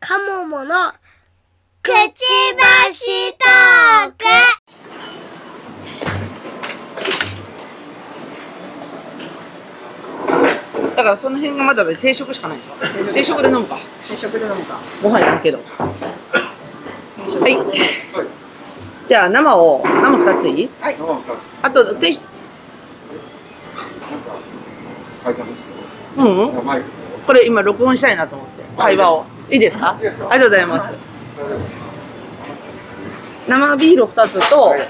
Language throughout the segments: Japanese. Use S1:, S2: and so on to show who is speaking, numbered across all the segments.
S1: カモモのくちばしトーク
S2: だからその辺がまだね定食しかないでしょ定食で飲むか
S3: 定食で飲むか。
S2: ご飯いるけど
S3: 定食
S2: はいじゃあ生を生2ついい
S3: はい。
S4: なんか、
S2: あと定食
S4: なんか、会館の人、
S2: うう
S4: 名
S2: ん
S4: 前、
S2: これ今録音したいなと思って会話をいいですかあ
S4: い
S2: り
S4: いで
S2: が
S4: す
S2: と
S4: よ
S2: うございます生ビール2つと
S4: はい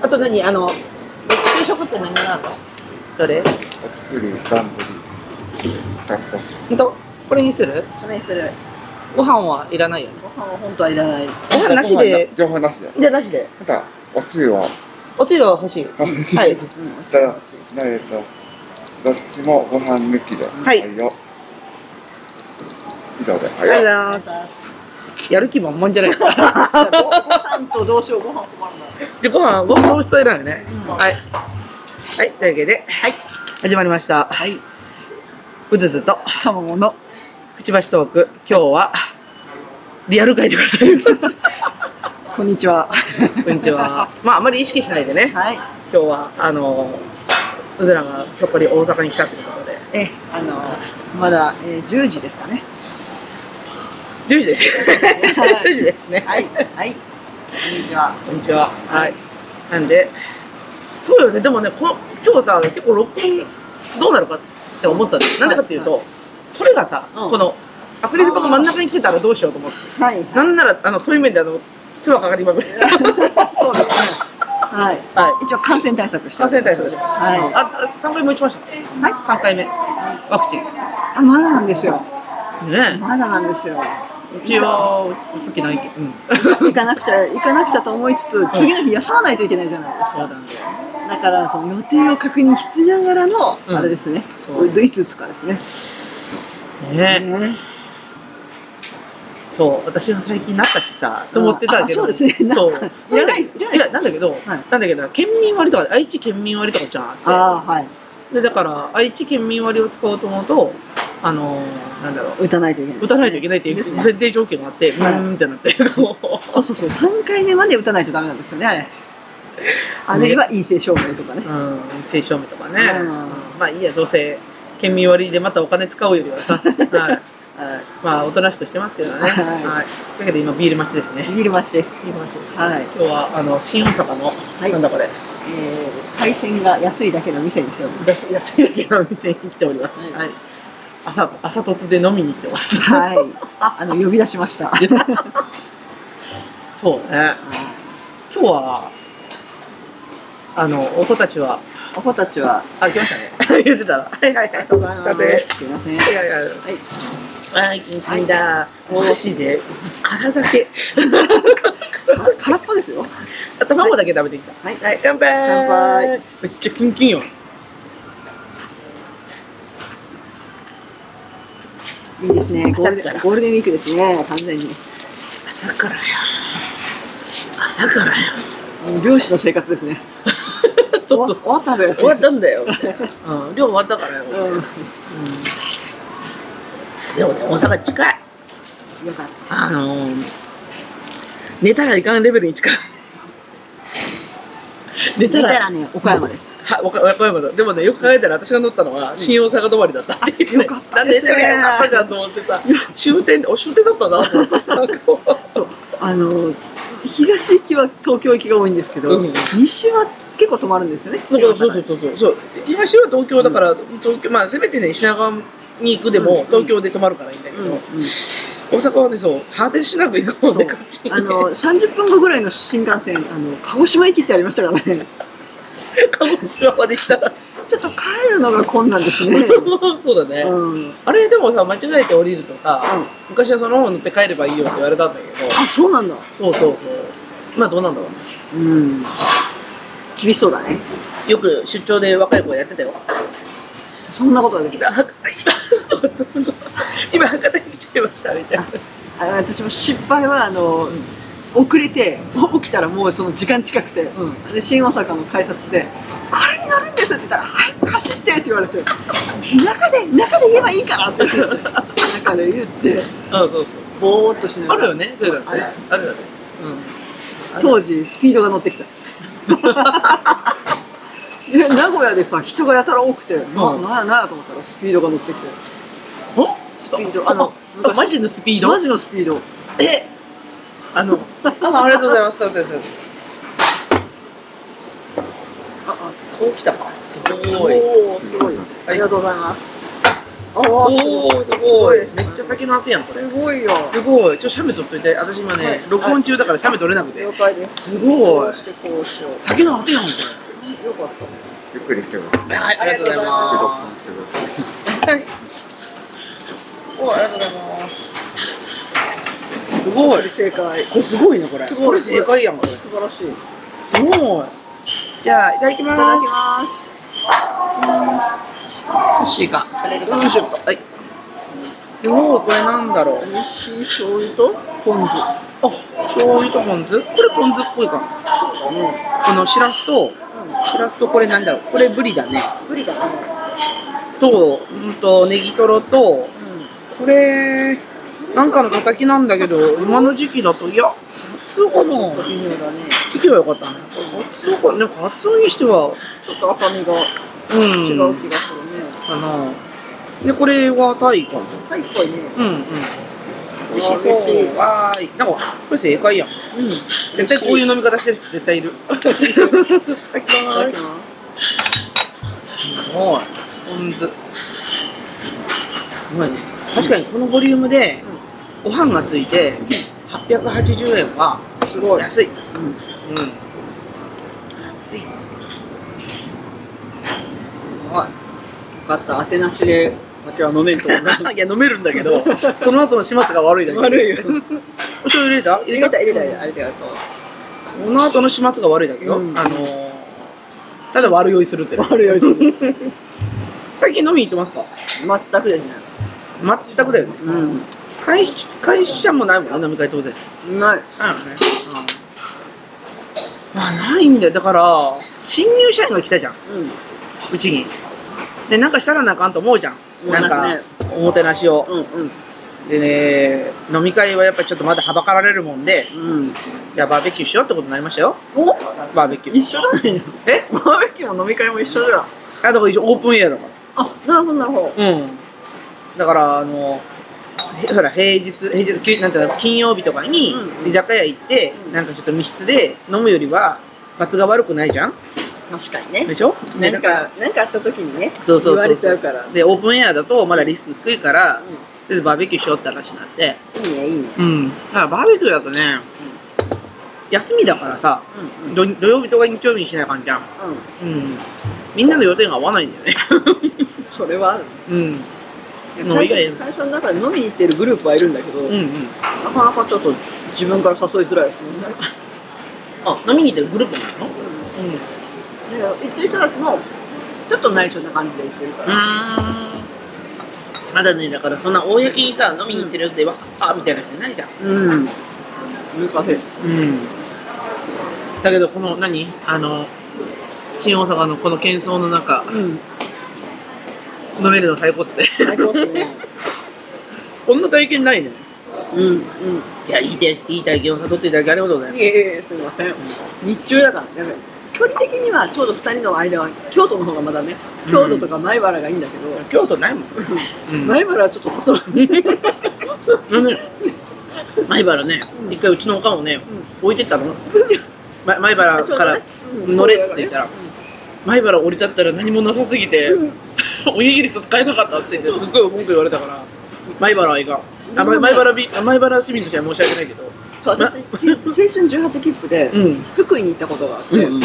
S2: あと何あの定食って何なのどれ
S4: お作り、段取り、タッパス。
S2: ほんとこれにする
S3: それにする。
S2: ご飯はいらないよね
S3: ご飯は本当はいらない。
S2: ご飯なしで
S4: 情報なしで。
S2: じゃあなしで
S4: ただ、おつゆは、
S2: おつゆは欲しいは。
S4: はい
S3: うん。
S4: じゃあ、ないと、どっちもご飯抜きで。
S2: はい
S4: よ。以上
S2: ありがと
S4: で。
S2: うご
S4: はい。
S2: ざいます。やる気満々じゃないですか。
S3: ご飯とどうしようご飯困るな。
S2: で、ご飯、ご飯美味しそうだよね。はい。はい、というわけで、はい。始まりました。はい。うずずと、
S3: カモモの
S2: くちばしトーク、今日は、リアル会でござい ます。
S3: こんにちは。
S2: こんにちは。まあ、あまり意識しないでね、
S3: はい。
S2: 今日は、あの、うずらがひょっこり大阪に来たということで、
S3: え、あのまだ、えー、10時ですかね。
S2: 10時です。
S3: はい
S2: 10時ですね。
S3: はい。はい。こんにちは。
S2: こんにちは。はい。なんで、そうよね。でもね、こ今日さ、結構録音どうなるかって思ったんです。なんでかっていうと、これがさ、
S3: うん
S2: このアクリル板が真ん中に来てたらどうしようと思って。
S3: はい。
S2: なんなら、あの、遠い面であの、唾かかりまくる。
S3: そうですね。はい。
S2: はい。
S3: 一応感染対策してお
S2: 感
S3: り
S2: 染対策
S3: ます
S2: します。
S3: はい。
S2: あ、3回も打ちました。はい。3回目。ワクチン。
S3: あ、まだなんですよ。
S2: ね
S3: まだなんですよ。
S2: うちは、打つ気ないけど。 うん。
S3: 行かなくちゃ、行かなくちゃと思いつつ、次の日休まないといけないじゃないですか。
S2: そうなんだよ。
S3: だからその予定を確認しつつながらの、
S2: うん
S3: あれですね
S2: そう
S3: いつ打つかですね
S2: ね
S3: ね
S2: そう、私は最近なったしさ、と思ってたけど。
S3: あそうですねな
S2: そう。
S3: いらない
S2: んだけ
S3: いらない
S2: いや、なんだけど、
S3: はい
S2: なんだけど、県民割とか、愛知県民割とかじゃんあっ
S3: ああはい
S2: て。で、だから、愛知県民割を使おうと思うと、あのー、なんだろ、
S3: 打たないといけないう
S2: 打たないといけないってい
S3: です
S2: う
S3: ね
S2: 設定条件があって、うーんってなって、こう
S3: そうそうそう3回目まで打たないとダメなんですよねあれあれは陰性証明とかね
S2: うん、推証明とかね。
S3: うん
S2: まあいいや、どうせ、県民割でまたお金使うより はさ、はい。
S3: は
S2: まあ、おとなしくしてますけどね。はい。
S3: はい
S2: だけど今、ビール待ちですね。
S3: いビール待ちです、
S2: ビール待ちです。
S3: はい
S2: 今日は、あの、新大阪の、
S3: い
S2: なんだこれ。
S3: えー、海鮮が安いだけの店にしております
S2: 安安いだけのお店に来ております。
S3: はい
S2: はい。朝、朝突で飲みに来てます。
S3: はいあの呼び出しました
S2: そうね。今日は、あの、お子たちは、
S3: お子たちは
S2: あ、来ましたね。言ってたら。はいはいはい。ありが
S3: ありがとうございますすいません
S2: いやいやいや。
S3: はい
S2: はい、キンキンだ。おいしいで。辛酒。
S3: か空っぽですよ
S2: 卵だけ食べてきた。
S3: はい
S2: はい、乾杯。
S3: 乾杯。
S2: めっちゃキンキンよ。
S3: いいですねゴー
S2: 朝
S3: ルデ
S2: か
S3: ン
S2: ら
S3: ゴールデンウィークですね完全に
S2: 朝からや。朝からや。
S3: もう漁師の生活ですね
S2: そうそう。
S3: 終わったんだよ。
S2: 終わったんだよ。うん、量終わったからよ。
S3: う
S2: でもね、大阪近い。
S3: ん。よかっ
S2: あのー、寝たらいかんレベルに近い。
S3: た。
S2: 寝たら、
S3: ね、岡山です。
S2: は、わか、わかんないことでもね、よく考えたら私が乗ったのは、新大阪止まりだったっていう、ね。
S3: よかった
S2: なんで
S3: です
S2: そ
S3: ね
S2: れがよかったじゃんと思ってさ、終点、お、終点だった なと思ってさ、こう
S3: そう。あの、東行きは東京行きが多いんですけど、
S2: うん
S3: 西は結構止まるんですよね。
S2: そうそうそうそうそうそう。東は東京だから、東京、まあ、せめてね、品川に行くでも、
S3: うん
S2: 東京で泊まるからいいんだけど、
S3: うん。うん。
S2: 大阪はね、そう、果てしなく行こうって感じ。
S3: あの、30分後ぐらいの新幹線、あの、鹿児島行きってありましたからね。
S2: 鹿児島まで来たら。
S3: ちょっと帰るのが困難です ね。
S2: そうだね。
S3: うん。うん。
S2: あれでもさ、間違えて降りるとさ、昔はその方乗って帰ればいいよって言われたんだけど、
S3: あ、そうなんだ。
S2: そうそうそう。まあどうなんだろうね。
S3: うん。厳しそうだね。
S2: よく出張で若い子やってたよ。
S3: そんなことはできない。
S2: 今、はそうそう今博多に来ちゃいましたみたいな。
S3: あ私も失敗は、あの、遅れて、起きたらもうその時間近くて、
S2: うん。
S3: で新大阪の改札で「これに乗るんです」って言ったら「早く走って」って言われて「中で中で言えばいいから」って言ってなんかあれ言って、
S2: そうそう
S3: ぼーっとしな
S2: ある
S3: がら。
S2: よね、そういうの
S3: ある
S2: ね。あるよね。
S3: 当時、スピードが 乗ってきた。いや名古屋でさ、人がやたら多くて、な、
S2: うん
S3: なやなやと思ったら、スピードが乗ってきて。
S2: お
S3: スピードあの
S2: あマジのスピード
S3: マジのスピード。
S2: えあの、あありがとうございます。そうそうそう。
S3: あ
S2: こう来たか。すご
S3: あ
S2: い。
S3: おーすごい。ありがとうございます。おー
S2: おおすごい。めっちゃ先の後やん、これ
S3: す。ごいよ。
S2: すごい。ちょ、写メ撮っといて。私今
S3: は
S2: ね
S3: い、
S2: 録音中だから写メ撮れなくて
S3: 了。解です。
S2: す
S3: こ。
S2: ごいう
S3: してこうしよう。
S2: 先の後やん、こ
S3: よかっ
S4: ゆっくりしてください。
S2: れ。はい、ありがとうございま
S4: ゆ
S2: す。
S4: っくりしてください
S2: おありがとうございます。すごい
S3: た。。正解。
S2: これすごいね、これ。
S3: すごい
S2: これ正解やん、これ。す
S3: 素晴らしい。い
S2: ごい。じゃあ、いただきます。
S3: ただきます。
S2: 美味しいか。よいしょっと。はい。すごい、これなんだろう。
S3: 美味しい醤油とポン酢。
S2: あ、醤油とポン酢これポン酢っぽいかも。このしらすと、しらすとこれなんだろう。これブリだね。
S3: ぶりだね。
S2: と、うんと、ネギトロと、
S3: うん。
S2: これ、なんかの叩きなんだけど、今の時期だと、いや、カツオかな
S3: 微妙だね。
S2: 聞けばよかったね。カツオか、ね、カツオにしては、
S3: ちょっと赤みが
S2: うん。
S3: 違う気がするね。
S2: かな。で、これはタイかな。
S3: はい、こいね。
S2: うんうん。美味し
S3: あー美味し
S2: そ。
S3: いう
S2: わーい。なんか、これ正解やん。
S3: うん。い
S2: 絶対こういう飲み方してる人絶対い る。いただき
S3: ただき
S2: ま。
S3: ますす。
S2: すごい。ポン酢。すごいね。確かにこのボリュームで、ご飯がついて、880円は
S3: すごい。
S2: 安い。
S3: うん。
S2: うん。安い。すごい。
S3: よかった、当てなしで酒は飲めんと思う。
S2: いや、飲めるんだけど、その後の始末が悪いだけ。
S3: 悪いよ。
S2: お醤 油入れた入
S3: 入れた、入れた、入れた、ありがとう。
S2: その後の始末が悪いだけよ。
S3: うん
S2: あのー、ただ悪酔いするってね。
S3: 悪いよ、一緒に
S2: 最近飲みに行ってますか
S3: 全くですね。
S2: 全くだよね。
S3: う
S2: 会社会社もないもんね、飲み会当然。
S3: ん。ない。
S2: ないよね。まあ、ないんだよ。だから、新入社員が来たじゃん、
S3: うん。
S2: うちに。で、なんかしたらなあかんと思うじゃん。
S3: 思い
S2: なん
S3: ますね
S2: か、おもてなしを。
S3: うんうん。
S2: でね、飲み会はやっぱちょっとまだはばかられるもんで、
S3: うん。
S2: じゃあバーベキューしようってことになりましたよ。
S3: お
S2: バーベキュ
S3: 一
S2: ー。
S3: 緒だね。
S2: え
S3: バーベキューも飲み会も一緒じゃん。
S2: あ、だから一応オープンエアだか
S3: あ、なるほど、なるほど。
S2: ら。うん。だから、あの、へほら、平日、平日、きゅなんていうの、金曜日とかに
S3: うんうん
S2: 居酒屋行って、
S3: うん
S2: なんかちょっと密室で飲むよりは、罰が悪くないじゃん
S3: 確かにね。
S2: でしょ
S3: な
S2: ね
S3: んか、なんかあった時にね、
S2: そうそうそうそう
S3: 言われちゃうから。
S2: で、オープンエアだとまだリスク低いから、とりあえずバーベキューしようって話になって。
S3: うん、いいね、いいね。
S2: うん。だからバーベキューだとね、休みだからさ、
S3: うんうん。
S2: 土土曜日とか日曜日にしない感じじゃん。
S3: う
S2: うん。みんなの予定が合わないんだよ ね。
S3: ん。それはある。
S2: うん。もう
S3: 会
S2: 以外
S3: 社会社の中で飲みに行ってるグループはいるんだけど、
S2: うんうん。
S3: なかなかちょっと自分から誘いづらいですもんね。
S2: あ、飲みに行ってるグループなの
S3: うん
S2: うん。う
S3: で行ってる人たちも、ちょっと内緒な感じで行ってるから。
S2: ーん。まだね、だからそんな公にさ、飲みに行ってるやつで、わあみたいな人いないじゃん。
S3: うん。難しい。
S2: うん。だけど、この、何あの、新大阪のこの喧騒の中、
S3: うん。
S2: 飲めるの最高っすね。
S3: 最高ですね。
S2: こんな体験ないね。
S3: うん。
S2: いや、いいで、いい体験を誘っていただきありがとうござい
S3: うん。
S2: ま
S3: いえいえ、すみません。日中だからね。距離的にはちょうど二人の間は京都の方がまだね
S2: うん
S3: 京都とか米原がいいんだけど、
S2: す。京都ないもん。うん。
S3: 米原はちょっと 誘う
S2: うんね、前原ね、一回うちのおかんをね、置いてったの。ま前原から乗れっつって言ったら、前原降り立ったら何もなさすぎて、
S3: うん
S2: おにぎり一つ買えなかったっつって、すっごい文句言われたから、前原はいかん。あ
S3: でもね
S2: 前前原び前原市民としては申し訳ないけど。
S3: そう私せ青春18切符で
S2: うん。
S3: 福井に行ったことがあって、
S2: うんうん。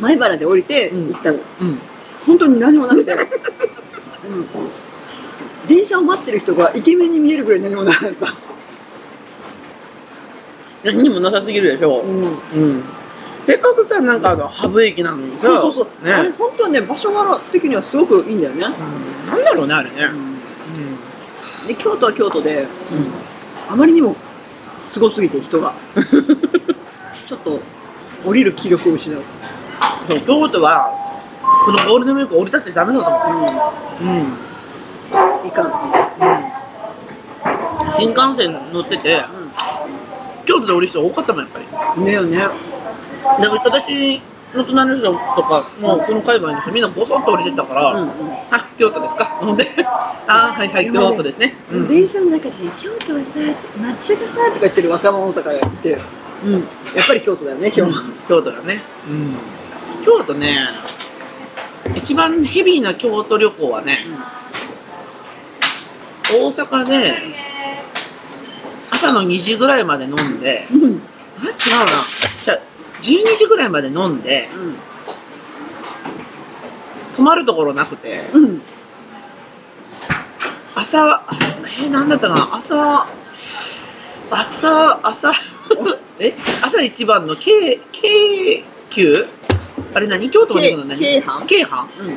S3: 米原で降りて
S2: うん
S3: 行ったの、
S2: うん。
S3: 本当に何もなくて、うん、電車を待ってる人がイケメンに見えるぐらい何もなかった、
S2: 何にもなさすぎるでしょ。
S3: ん、
S2: うん。せっかくさ、なんかあの、ハブ駅なのにさ。
S3: そうそうそう、
S2: ね。
S3: あれ本当はね場所柄的にはすごくいいんだよね、
S2: うんなんだろうね、あれね。
S3: で京都は京都で
S2: うん。うん
S3: あまりにもすごすぎ て人がちょっと降りる気力を失う、
S2: そう京都はこのゴールデンウィーク降りたってダメだと思う。うん。
S3: いかん
S2: う新幹線乗ってて、京都で降りる人多かったもん、やっぱり。
S3: ねえよね。
S2: なんか私の隣の人とか、もうこの界隈の人、みんなごそっと降りてったから、
S3: うん
S2: あ、京都ですかほんで、あ、はいはい、京都ですね。う
S3: うんん。電車の中でね、京都はさ、抹茶がさ、とか言ってる若者とかがいて、うん。やっぱり京都だよね、今日。
S2: 京都だね、京都ね一番ヘビーな京都旅行はね、大阪で朝の2時ぐらいまで飲んで
S3: うん。うん。
S2: あ違うなじゃあ12時ぐらいまで飲んで泊まるところなくて
S3: うん。
S2: 朝朝えー、何だったかな朝朝朝え朝一番の京京急あれ何京都まで行くの何
S3: 京阪
S2: 京阪
S3: うん。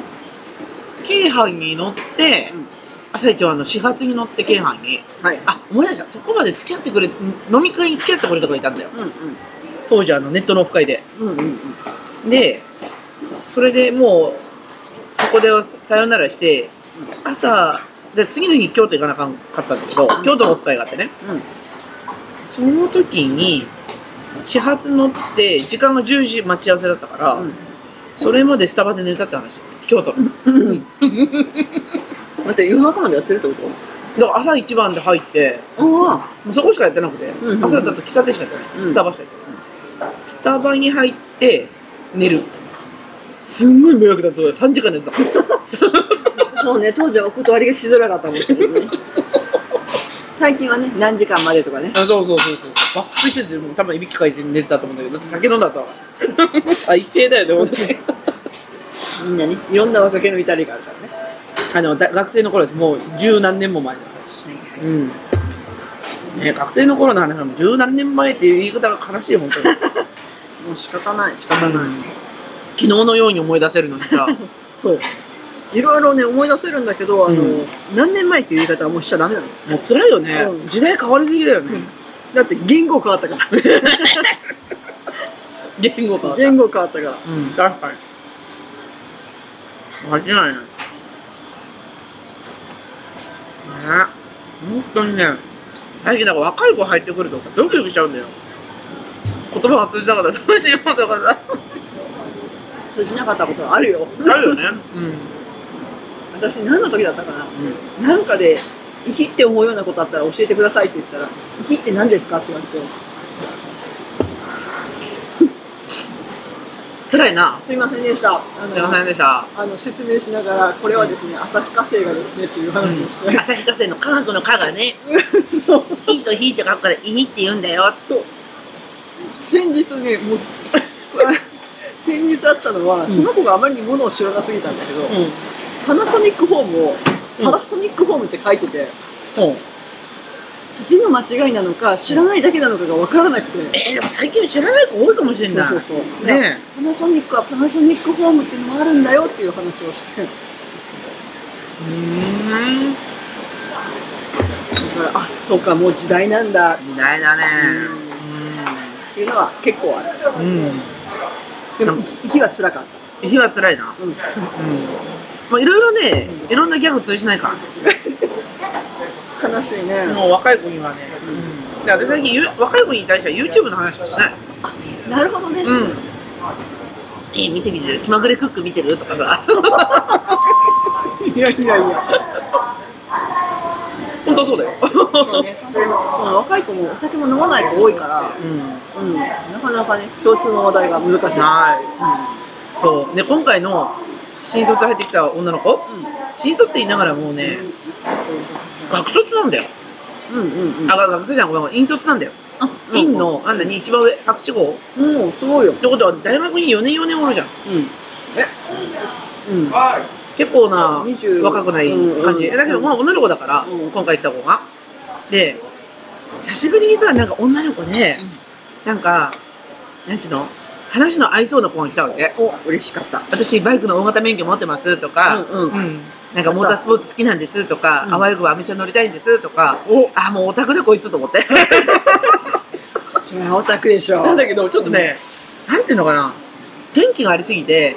S2: 京阪に乗って、
S3: うん
S2: 朝一番の始発に乗って京阪に、
S3: はい。
S2: あ思い出したそこまで付き合ってくれ飲み会に付き合ってくれた子がいたんだよ
S3: うん
S2: 当時あのネットのオフ会で
S3: うん。うんうん
S2: でそそれでもうそこでさよならして朝で次の日京都行かなあかんかったんだけど、
S3: ん
S2: 京都のオフ会があってね
S3: うん。
S2: その時に始発乗って時間が10時待ち合わせだったから、
S3: うん
S2: それまでスタバで寝たって話ですね京都
S3: うん。待って、夜中までやってるってこ
S2: だから朝一番で入って
S3: とああ。
S2: もうそこしかやってなくて、
S3: んうん
S2: 朝だと喫茶店しかやってない、
S3: うん
S2: スタバしかやってない、スタバに入って寝るすんごい迷惑だった3時間寝てた
S3: そうね、当時はお断りがしづらかったもんね。最近はね、何時間までとかね。
S2: あそうそうそうそう爆睡しててもう多分いびきかいて寝てたと思うんだけどだって酒飲んだ と最低だよね本当に
S3: みんなね、いろんな若気の至りがあるからね。
S2: あのだ学生の頃ですもう十何年も前の話うんね、学生の頃の話はもう十何年前っていう言い方が悲しい本当 に
S3: もう仕方ない、仕
S2: う
S3: 方
S2: ん
S3: ない。
S2: 昨日のように思い出せるのに さ
S3: そう。いろいろね、思い出せるんだけど、あの、
S2: うん
S3: 何年前っていう言い方はもうしちゃダメなの。
S2: もう辛いよね、
S3: うん
S2: 時代変わりすぎだよね、
S3: だって言語変わったか
S2: 言語変わ
S3: ら。
S2: った
S3: 言語変わったから。
S2: うん、確かに。間違いない。ね本当にね、最近なんか若い子入ってくるとさ、ドキドキしちゃうんだよ。言葉が通じなかったらどうしようとかさ、
S3: 通じなかったことあるよ。
S2: あるよね。うん。
S3: 私、何の時だったかな。
S2: うん。
S3: なんかで、イヒって思うようなことあったら教えてくださいって言ったら、イヒって何ですかって言われて、
S2: 辛いな。
S3: すいませんでした。あ
S2: すいません
S3: の、
S2: でした。
S3: あの説明しながら、これはですね、旭化成がですねっていう話をして、
S2: うん、朝日化成の科学の科がね、
S3: そう
S2: いいとひいって書くから、いいって言うんだよ。
S3: 先日ね、もう、先日あったのは、その子があまりにものを知らなすぎたんだけど、
S2: う
S3: パナソニックホームを、
S2: うん
S3: パナソニックホームって書いて
S2: ん。
S3: て、
S2: うん。
S3: 字の間違いなのか、知らないだけなのかが分からなくて、
S2: えー、でも最近知らない子多いかもしれない。
S3: そうそうそう。
S2: ね
S3: パナソニックはパナソニックホームっていうのもあるんだよっていう話をして、
S2: え。うーん。
S3: だからあ、そうか、もう時代なんだっ
S2: 時代だね。
S3: ていうのは結構ある。
S2: うん。
S3: で
S2: う
S3: も
S2: ん、
S3: 日は辛かっ
S2: 日は辛いな。
S3: た。うん。
S2: うん。まあいろいろね、いろんなギャグ通じないか
S3: 悲しいね
S2: ら。。もう若い子にはね。うん。で、私最近ゆ若い子に対しては YouTube の話しかしない。
S3: なるほどね。
S2: うん。えー、見てみてる気まぐれクック見てるとかさ。
S3: いやいやいや。
S2: 本当そうだよ。
S3: そうね。それもその若い子もお酒も飲まない子多いから、
S2: うん。
S3: うん。なかなかね、共通の話題が難しい。
S2: はい。そう。で、今回の新卒入ってきた女の子、新卒って言いながらもうね、学卒なんだよ。
S3: うんうんうん。
S2: あ、学卒じゃん、ごめんごめん、引卒なんだよ。
S3: あ
S2: 院の、あんなに一番上、博士号。
S3: うん、すごいよ
S2: っ。てことは大学に4年4年おるじゃん
S3: うん。えうん。
S2: 結構な
S3: 20
S2: 若くない感じ、
S3: うんうん
S2: だけどまあ女の子だから、
S3: うん
S2: 今回来た子がで久しぶりにさなんか女の子で、なんかなんちゅうの話の合いそうな子が来たわけ
S3: お、嬉しかった。
S2: 私バイクの大型免許持ってますとか、
S3: うんうん
S2: なんかモータースポーツ好きなんですとか、
S3: うん
S2: あわよくばアメ車乗りたいんですとか、あもうオタクだこいつと思って
S3: それはオタクでしょ。
S2: なんだけど、ちょっとね、なんていうのかな、天気がありすぎて、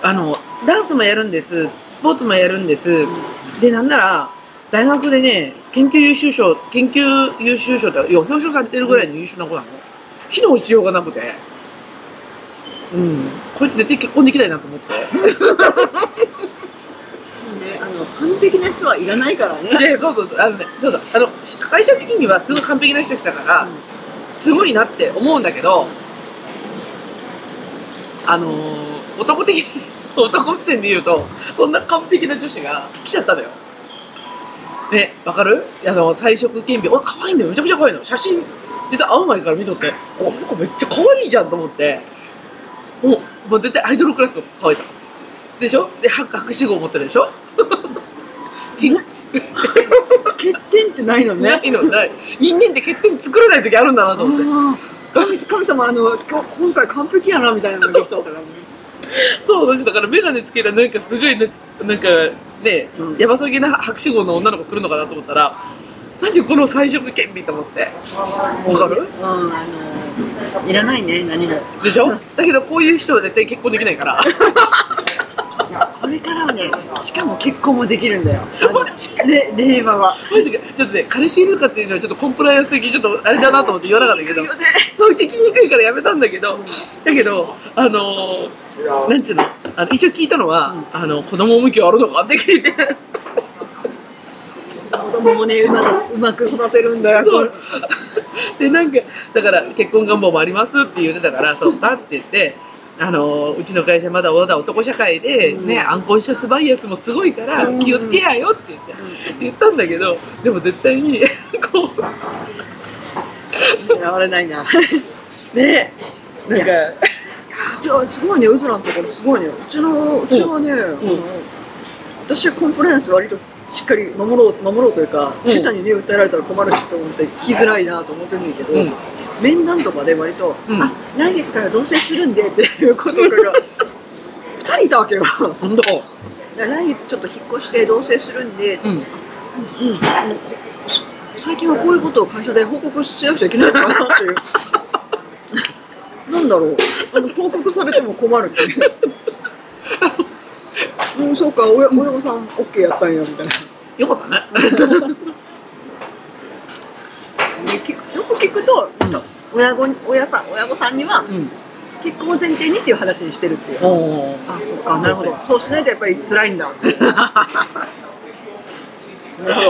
S2: あの、ダンスもやるんです、スポーツもやるんです、で、なんなら、大学でね、研究優秀賞、研究優秀賞って、いや、表彰されてるぐらいの優秀な子なの。火の打ちようがなくて。うん。こいつ絶対結婚できないなと思って。
S3: ね、あの完璧な人はいらないからね。
S2: で、そうそう、あのね、そうそう、あの、会社的にはすごい完璧な人来たから、
S3: うん
S2: すごいなって思うんだけど、あのー男的 に、男目線で言うと、そんな完璧な女子が来ちゃったのよ。ね、わかるあの、彩色顕微、お、可愛いんだよ、めちゃくちゃ可愛いの。写真、実は会う前から見とって、お、なんかめっちゃ可愛いじゃんと思って、もう、もう絶対アイドルクラスの可愛さ。でしょで、博博士号持ってるでしょけん
S3: 欠点ってないのね。
S2: ないのない人間って欠点作らない時あるんだなと思って
S3: あー神神様あの今日今回完璧やなみたいなのができそうだからね。
S2: そう私だから眼鏡つけたらなんかすごいなんかなんかね
S3: うん
S2: やばそうげな博士号の女の子来るのかなと思ったら何この最色顕微と思ってわかる
S3: うんあのいらないね何も。
S2: でしょだけどこういう人は絶対結婚できないから
S3: いやこれからはねしかも結婚もできるんだよ。あの
S2: マジ
S3: れ令和は。
S2: マジかちょっとね彼氏いるかっていうのはちょっとコンプライアンス的にちょっとあれだなと思って言わなかったけ どそう聞きにくいからやめたんだけどだけどあのーなんちゅうのあの一応聞いたのは、
S3: うん
S2: あの子供向きはあるのかって聞いて
S3: 子供もねうまくうまく育てるんだよ。
S2: そう。で、なんか、だから、結婚願望もありますって言ってたから、そうかって言って、あのーうちの会社まだまだ男社会で、
S3: うん
S2: ね、アンコンシャスバイアスもすごいから
S3: うん、
S2: 気をつけやよって言って、言ったんだけど、でも絶対に、 こ
S3: うん、われない な。
S2: う、ね、なん
S3: い
S2: か、
S3: じゃあすごいね、うずらのところすごいね。うちの、うちはね、あの私はコンプライアンス割としっかり守ろう、守ろうというか、
S2: うん
S3: 下手にね、訴えられたら困るしと思って聞きづらいなと思ってるんだけど、
S2: うん
S3: 面談とかで割と、
S2: うん
S3: あ、来月から同棲するんでっていうことが、 二人いたわけよ。だか
S2: ほんと、
S3: ら来月ちょっと引っ越して同棲するんで、
S2: うん。
S3: うんあのこそ最近はこういうことを会社で報告しなくちゃいけないのかなって いう。なんだろうあの報告されても困るっていう。うん、そうか、親親御さん OK やったんやみたいな。
S2: よかったね。
S3: よく聞くと、
S2: うん
S3: 親御に親さん親御さんには
S2: うん。
S3: 結婚を前提にっていう話にしてるっていう。
S2: おー
S3: あ、そうか、なるほど。そうしないとやっぱり辛いんだ。なるほ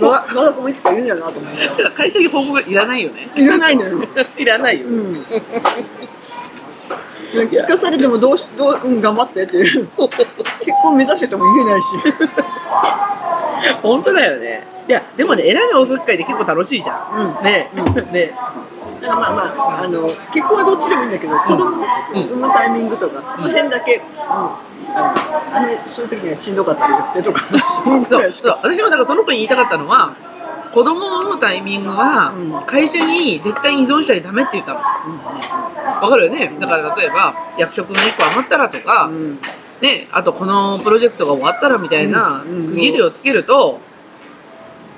S3: ど。ままだこもいつか言うんやなと思って
S2: だから会社に報告がいらないよね。
S3: いらないのよ。
S2: いらないよ。
S3: うん。聞かされてもどうしどう、うん、頑張ってっていう結婚目指してても言えないし
S2: 本当だよね。いや、でもね、偉いおせっかいで結構楽しいじゃん。
S3: うん
S2: ね
S3: う、
S2: ね、
S3: だからまあまああの結婚はどっちでもいいんだけど子供ね、
S2: うん
S3: 産むタイミングとかその辺だけ、うんあのあれそういう時にはしんどかったら言ってとか
S2: そうそう私もだからその子に言いたかったのは子供を産むタイミング
S3: うん
S2: は会社に絶対依存しちゃダメって言ったの。わかるよねだから例えば役職の1個余ったらとか、
S3: うん
S2: ね、あとこのプロジェクトが終わったらみたいな
S3: うんうん
S2: 区切りをつけると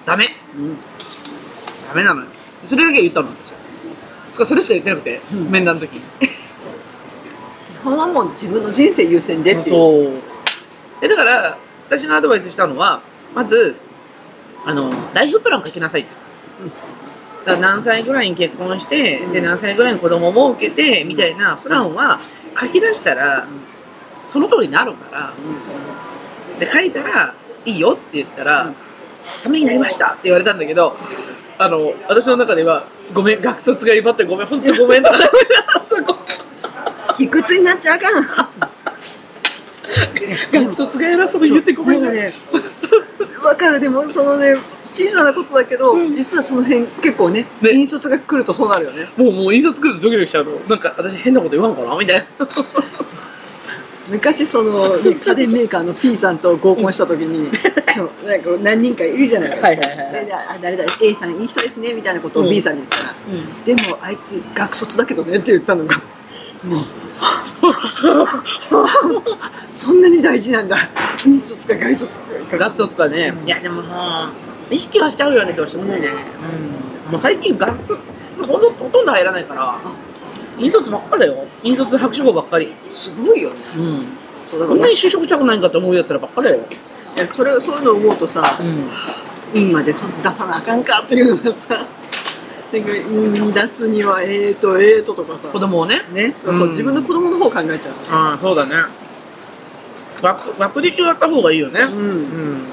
S2: ダメ
S3: うん
S2: ダメなのよ。それだけは言ったの私は。つかそれしか言ってなくて、
S3: うん
S2: 面談の時に。
S3: 基本はもう自分の人生優先でっていう
S2: そう。で、だから、私がアドバイスしたのは、まず、あの、ライフプラン書きなさいって。だから何歳ぐらいに結婚して、
S3: うん
S2: で、何歳ぐらいに子供も受けて、みたいなプランは書き出したら、その通りになるか
S3: うん
S2: ら、で、書いたら、いいよって言ったら、
S3: うん
S2: ためになりましたって言われたんだけど、あの、私の中では、ごめん、学卒が威張ってごめん、本当ごめんとか、
S3: 卑屈になっちゃあかん
S2: 学卒が偉そうに言ってごめん
S3: な
S2: ね
S3: んか。ねわかるでもそのね小さなことだけど、実はその辺結構ね
S2: ね
S3: 引率が来るとそうなるよね
S2: もう、もう、印刷作るとドキドキしちゃうの。なんか、私変なこと言わんかなみたいな。
S3: 昔その、ね、家電メーカーの P さんと合コンした時 にそうなんか何人かいるじゃないですか、
S2: はいはいはいはい
S3: であ誰だ A さんいい人ですねみたいなことを
S2: うん
S3: B さんに言ったら、でもあいつ学卒だけどねって言ったのがもうそんなに大事なんだ引率か外卒か
S2: 学卒かね。いや、でももう、意識はしちゃうよね、どうしてもね。うん。もう最近、学卒、ほんと、ほとんど入らないから、印刷ばっかだよ。印刷博士号ばっかり。
S3: すごいよね
S2: うん。
S3: それ
S2: こんなに就職したくないんかと思うやつらばっかだよ。
S3: それそういうのを思うとさ、
S2: ん。
S3: 院までちょっと出さなあかんかっていうのがさ、なんか、院に出すには、えーと、えーととかさ、
S2: 子供をね。
S3: ね、
S2: うん
S3: そう、自分の子供の方を考えちゃう。
S2: ああ、そうだね。学、学歴をやった方がいいよね。
S3: う。
S2: うんん。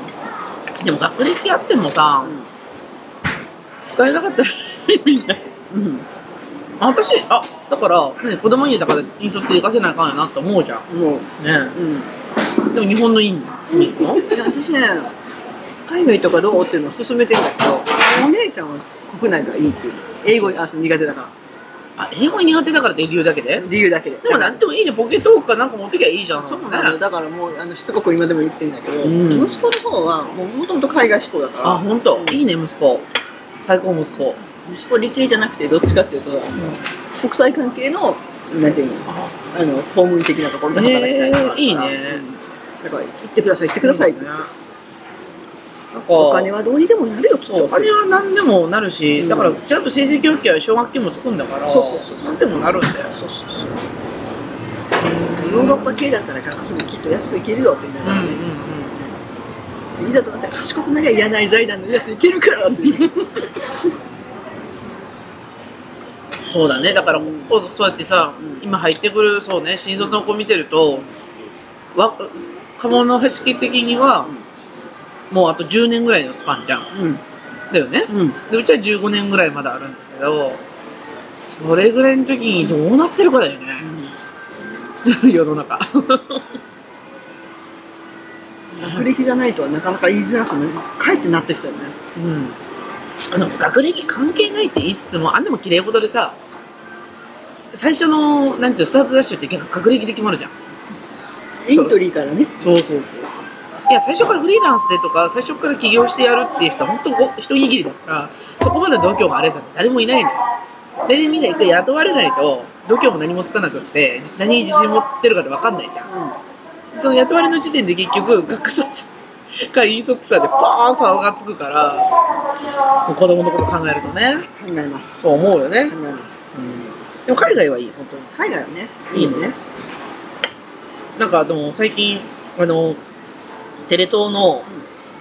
S2: でも学歴やってもさ、使えなかったらみんな。
S3: うん。
S2: あ私、あ、だから、ね、子供家だから引率行かせなあかんやなって思うじゃん。
S3: うん。も
S2: ね
S3: う、うん。
S2: でも日本の院に行くの
S3: いや私ね海外とかどうっていうのを勧めてんだけどお姉ちゃんは国内がいいっていう英語あそう苦手だか
S2: あ、英語苦手だからっていう理由だけで
S3: ら理由だけで
S2: でもなんでもいいね、ポケットウォークかなんか持ってきゃいいじゃん。
S3: そうなのよだからもうあのしつこく今でも言ってんだけど、
S2: うん
S3: 息子の方はもともと海外志向だ
S2: あ、
S3: か
S2: ほんと。いいね、息子。最高息子。
S3: ら息子理系じゃなくてどっちかっていうと国際関係のなんていうの
S2: あ、
S3: あの公務員的なところで働きたいから
S2: へえいいね
S3: うんだから行ってください行ってくださいって、
S2: なんか、
S3: お金はどうにでもなるよきっと
S2: お金は何でもなるし、
S3: うん
S2: だからちゃんと成績をきゃ奨学金もつくんだから、
S3: そうそうそうそう
S2: 何でもなるんだよ。
S3: そうそうそうヨーロッパ系だったら学費もきっと安くいけるよって言いな
S2: う
S3: が
S2: ん
S3: ら
S2: うん
S3: ね、いざとなったら賢くなりゃ嫌ない財団のやついけるからっていう
S2: うん。そうだね。だから、
S3: うん
S2: こうそうやってさ、
S3: うん
S2: 今入ってくる、そうね、新卒の子見てると、わ、カモの式的には、もうあと10年ぐらいのスパンじゃん。
S3: うん
S2: だよね。
S3: うん
S2: で、うちは15年ぐらいまだあるんだけど、それぐらいの時にどうなってるかだよね。 世の 中。
S3: 学歴じゃないとはなかなか言いづらくなかえってなってきたよね
S2: うん。あの、学歴関係ないって言いつつも、あんでも綺麗事でさ、最初の、なんていうのスタートダッシュって学学歴で決まるじゃん。
S3: エントリーからね
S2: そうそうそういや、最初からフリーランスでとか、最初から起業してやるっていう人は、本当ご一握りだから、そこまで度胸があれさって誰もいないのよ。それでみんな一回雇われないと、度胸も何もつかなくって、何に自信持ってるかって分かんないじゃん。その雇われの時点で結局、学卒か引卒かでパーン差がつくから、もう子供のこと考えるとね、
S3: 考えます
S2: そう思うよね
S3: 考。えます
S2: でも海外はいい、本当に。
S3: 海外はね
S2: うん
S3: いいね
S2: なんか、でも最近、あの、テレ東の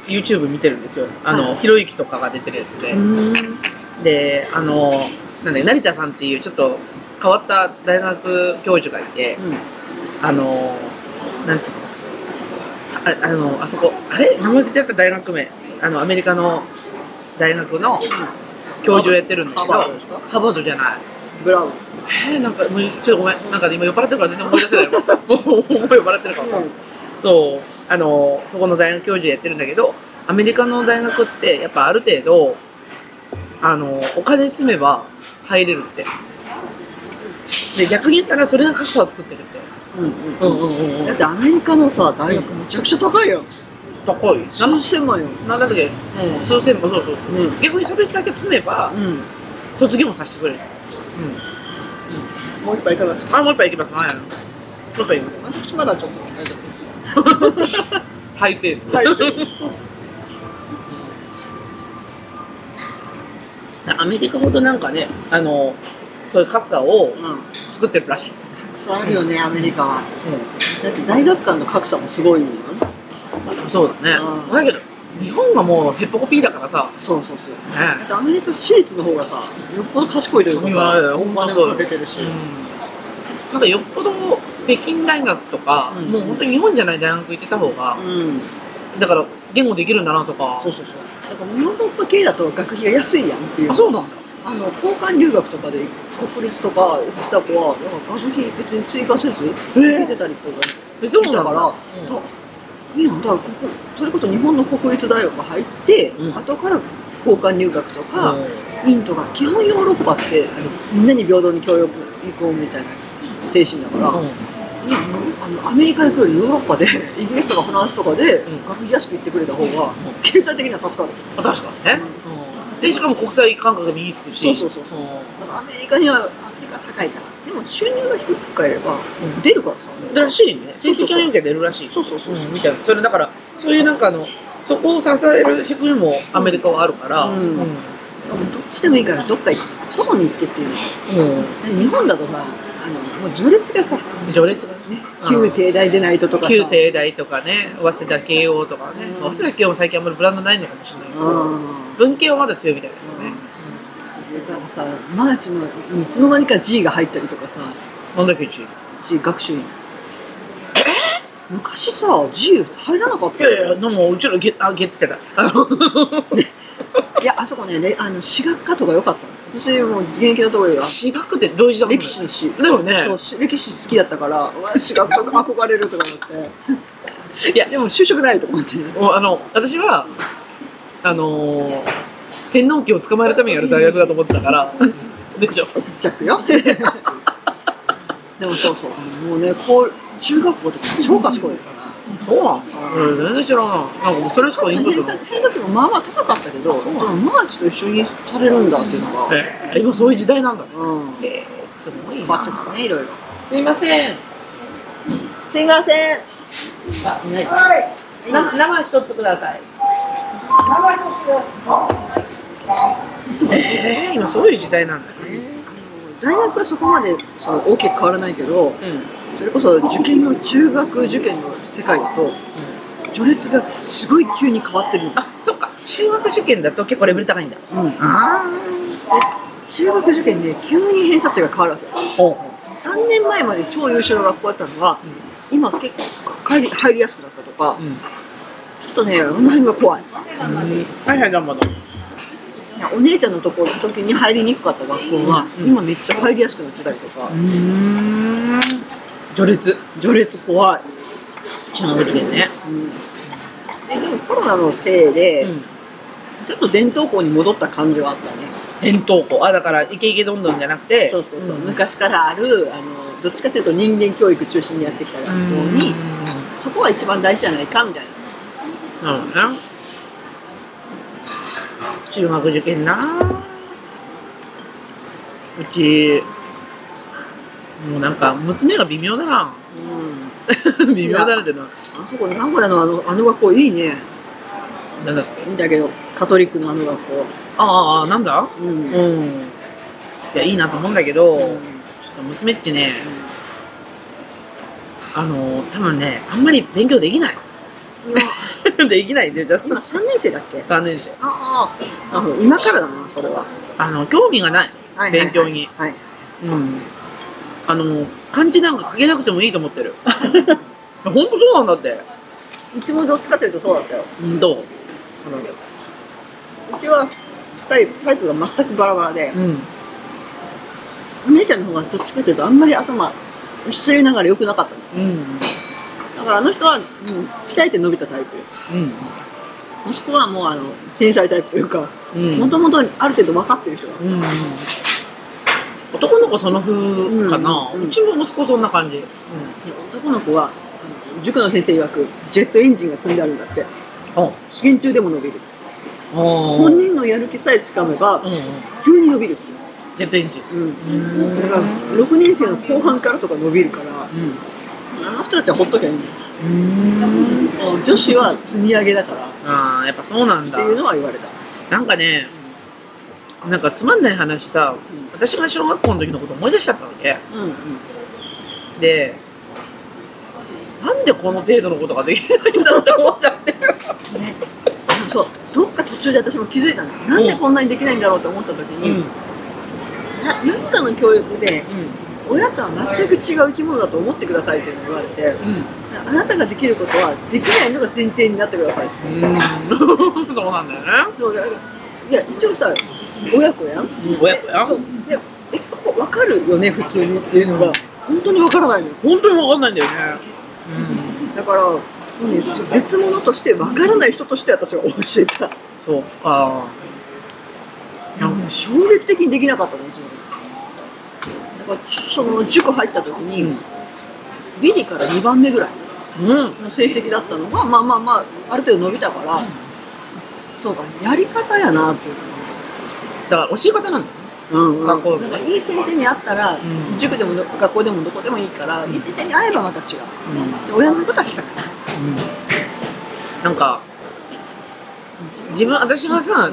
S2: YouTube 見てるんですよ。あの、
S3: はい
S2: ひろゆきとかが出てるやつで。
S3: うん
S2: で、あの、なんだっけ成田さんっていうちょっと変わった大学教授がいて、あの、なんつうのああの、あそこ、あれ名前忘れちゃった大学名。あの、アメリカの大学の教授をやってるんだ
S3: ハー
S2: けど、
S3: バードですか
S2: ハーバードじゃない。
S3: ブラウン
S2: えー、なんかもうちょっとごめんなんかね今酔っ払ってるから全然思い出せないもうもうもう酔っ払ってるから、そうあのそこの大学教授やってるんだけどアメリカの大学ってやっぱある程度あのお金詰めば入れるってで逆に言ったらそれが格差を作ってるって
S3: うん
S2: う
S3: うん
S2: んうんうんう
S3: だっ
S2: ん
S3: てアメリカのさ大学むちゃくちゃ高いよ
S2: 高い
S3: 数千万よ
S2: ななんだっけうん数千もそうそうそう、
S3: うん
S2: 逆にそれだけ詰めば
S3: うん
S2: 卒業もさせてくれる
S3: もう一杯いかがです
S2: うんあもう一杯いきますはいもう一杯いきます
S3: 私まだちょっと大丈夫です
S2: ハイペース
S3: はい
S2: アメリカほどなんかね、あの、そういう格差を
S3: うん
S2: 作ってるらしい。
S3: 格差あるよね、アメリカは。だって大学間の格差もすごいよね。
S2: そうだね。
S3: うん
S2: だけど、日本がもうヘッポコピーだからさ、
S3: そうそうそう。だっ
S2: ね
S3: てアメリカ私立の方がさ、よっぽど賢いというか
S2: いやいや
S3: さ、本場でも出てるし。
S2: うん。なんかよっぽど北京大学とか、
S3: うん
S2: もう本当に日本じゃない大学行ってた方が
S3: う、ん。
S2: だから言語できるんだなとか
S3: そう。そうそう。だからヨーロッパ系だと学費が安いやんっていう。
S2: あ、そうなんだ。
S3: あの、交換留学とかで国立とか来た子は、なんか学費別に追加せず、受けてたりとか
S2: え
S3: してた
S2: だ
S3: から、
S2: うん
S3: いいやん、だからここ、それこそ日本の国立大学入って、
S2: うん
S3: 後から交換留学とか、
S2: うん
S3: インドが基本ヨーロッパってあのみんなに平等に協力行こうみたいな精神だから、
S2: うん
S3: いやあのあのアメリカ行くよりヨーロッパでイギリスとかフランスとかで
S2: うん
S3: 学費安く行ってくれた方が
S2: ん
S3: 経済的には助かる
S2: あ確かにね。うん。で、しかも国際感覚が身につくし。
S3: そうそうそうそうんだからアメリカにはアメリカ高いからでも収入が低く変えれば
S2: ん
S3: 出るからさ、
S2: らしいね。成績が良きゃ出るらしい。
S3: そうそうそう
S2: うん、みたいな。それだから、そういうなんかあの、そこを支える仕組みもアメリカはあるから、
S3: うん
S2: うん。
S3: どっちでもいいからどっか外に行ってっていうの
S2: うん
S3: 日本だとさあのもう序列がさ
S2: 序列がね
S3: 旧帝大でないととかさ
S2: 旧帝大とかね早稲田慶応とかね、
S3: う
S2: 早
S3: ん
S2: 稲田慶応も最近あんまりブランドないのかもしれないけ
S3: う
S2: ど、
S3: ん
S2: 文系はまだ強いみたいですよね、
S3: だからさマーチのいつの間にか G が入ったりとかさ
S2: なんだっけうち
S3: G 学習院昔さ G 入らなかっ
S2: い
S3: た
S2: やいやでもうちらゲあゲって言ってたあの
S3: いやあそこねれあの私学科とか良かったの私もう現役のとこよ
S2: 私学ってどういう字だもんね
S3: 歴史の史
S2: だよね
S3: そうし歴史好きだったからうわ私学科憧れるとか思って
S2: いや
S3: でも就職ないとか思ってね
S2: もうあの私はあのー天皇家を捕まえるためにやる大学だと思ってたからでしょ
S3: ちゃくよ。でもそうそう、あのもうね、こう、中学校とか超賢いから。
S2: そうなん、うん、全然知らんないなんかもうそれしかインプットない
S3: 変だけど、まあまあ高かったけど、でもマーチと一緒にされるんだっていうのが。
S2: えー今そういう時代なんだね
S3: うん。変
S2: えー、すごい
S3: わっ
S2: な
S3: ちゃったね、いろいろ。
S4: すいません。
S3: すいません。
S4: あ、はい。な生一つください。
S2: えー、今そういう時代なんだね
S3: 大学はそこまでその大きく変わらないけど、
S2: うん
S3: それこそ受験の中学受験の世界だと、序列がすごい急に変わってるの。
S2: あそっか中学受験だと結構レベル高いんだ
S3: うん
S2: あ
S3: 中学受験で急に偏差値が変わるわけ
S2: あほう
S3: 3年前まで超優秀な学校だったのが、今結構帰り入りやすくなったとか、
S2: うん
S3: ちょっとね、あの辺が怖い。
S2: はいはい頑張ろう
S3: お姉ちゃんのところ時に入りにくかった学校が、
S2: うん
S3: 今めっちゃ入りやすくなってたりとか、
S2: ん序列
S3: 序列怖い。
S2: 中学受験ね
S3: うんでもコロナのせいで、
S2: うん
S3: ちょっと伝統校に戻った感じはあったね。
S2: 伝統校あだからイケイケどんどんじゃなくて
S3: そうそうそう、
S2: ん
S3: 昔からあるあの、どっちかというと人間教育中心にやってきた学校に、そこが一番大事じゃないかみたいな。
S2: なるほどね中学受験なうちもうなんか娘が微妙だな
S3: うん、
S2: 微妙だなってな
S3: あそこ名古屋のあのあの学校いいね。
S2: なんだっけ
S3: いいんだけど、カトリックのあの学校。
S2: ああなんだ
S3: うん。うん
S2: うんいやいいなと思うんだけど、ちょっと娘っちねあの多分ねあんまり勉強できない
S3: 今
S2: できないって言っちゃ
S3: 今3年生だっけ
S2: った3年生
S3: ああ、あの今からだな、それは。
S2: あの興味がない
S3: はいはいはい
S2: 勉強に
S3: はい。
S2: うんあの漢字なんか書けなくてもいいと思 ってる本当そうなんだって
S3: うちもどっちかというとそうだったよ。
S2: うんどう
S3: うちはタイプタイプが全くバラバラで、
S2: うん
S3: お姉ちゃんの方がどっちかというとあんまり頭、失礼ながら良くなかったの。
S2: うん
S3: だからあの人は、うん、鍛えて伸びたタイプ。
S2: うん
S3: 息子はもうあの、天才タイプというか、
S2: うん
S3: もともとある程度分かってる人だ。
S2: うんうん男の子その風かな、う
S3: うんうん
S2: ちも息子そんな感じ、
S3: で男の子は、あの塾の先生曰く、ジェットエンジンが積んであるんだって。
S2: うん、あ
S3: 試験中でも伸びる。
S2: あー
S3: 本人のやる気さえつかめば
S2: う、んうん
S3: 急に伸びる。
S2: ジェットエンジン
S3: うん。
S2: うん
S3: だから、6年生の後半からとか伸びるから、
S2: うん
S3: あの人たちはほっときゃいいんだよ。
S2: うん
S3: 女子は積み上げだから、っ
S2: ああやっぱそうなん
S3: て
S2: だ
S3: いうのは言われた。
S2: なんかねなんかつまんない話さ私が小学校の時のこと思い出しちゃったわけ
S3: うん。うん。
S2: でなんでこの程度のことができないんだろうと思っちゃって
S3: ね。でもそう、どっか途中で私も気づいたの。なんでこんなにできないんだろうと思った時に、ななんかの教育で、親とは全く違う生き物だと思ってくださいっていうのを言われて、あなたができることはできないのが前提になってくださいと。
S2: うんうんうんそうなんだよね
S3: そうだからいや、一応さ、親子やん。
S2: うん親子や
S3: そう。で、え、ここ分かるよね、普通にっていうのが、本当に分からないのよ。
S2: 本当に分かんないんだよね
S3: だから、もうね、別物として分からない人として私は教えた。
S2: うんそうかなんか
S3: 衝撃的にできなかったの、うちの子だから、その塾入った時
S2: う
S3: に
S2: ん、
S3: ビリから2番目ぐらい。
S2: うん
S3: の成績だったのが、まあまあまあ、ある程度伸びたから、そうか、やり方やなっていう。
S2: だから教え方なんだよね
S3: うん
S2: 学校
S3: な
S2: の
S3: ん
S2: ね
S3: かいい先生に会ったら、
S2: ん
S3: 塾でもど学校でもどこでもいいから、
S2: うん
S3: いい先生に会えばまた違う。
S2: うん
S3: で親のことは聞かない。
S2: なんか自分私がさ、
S3: うん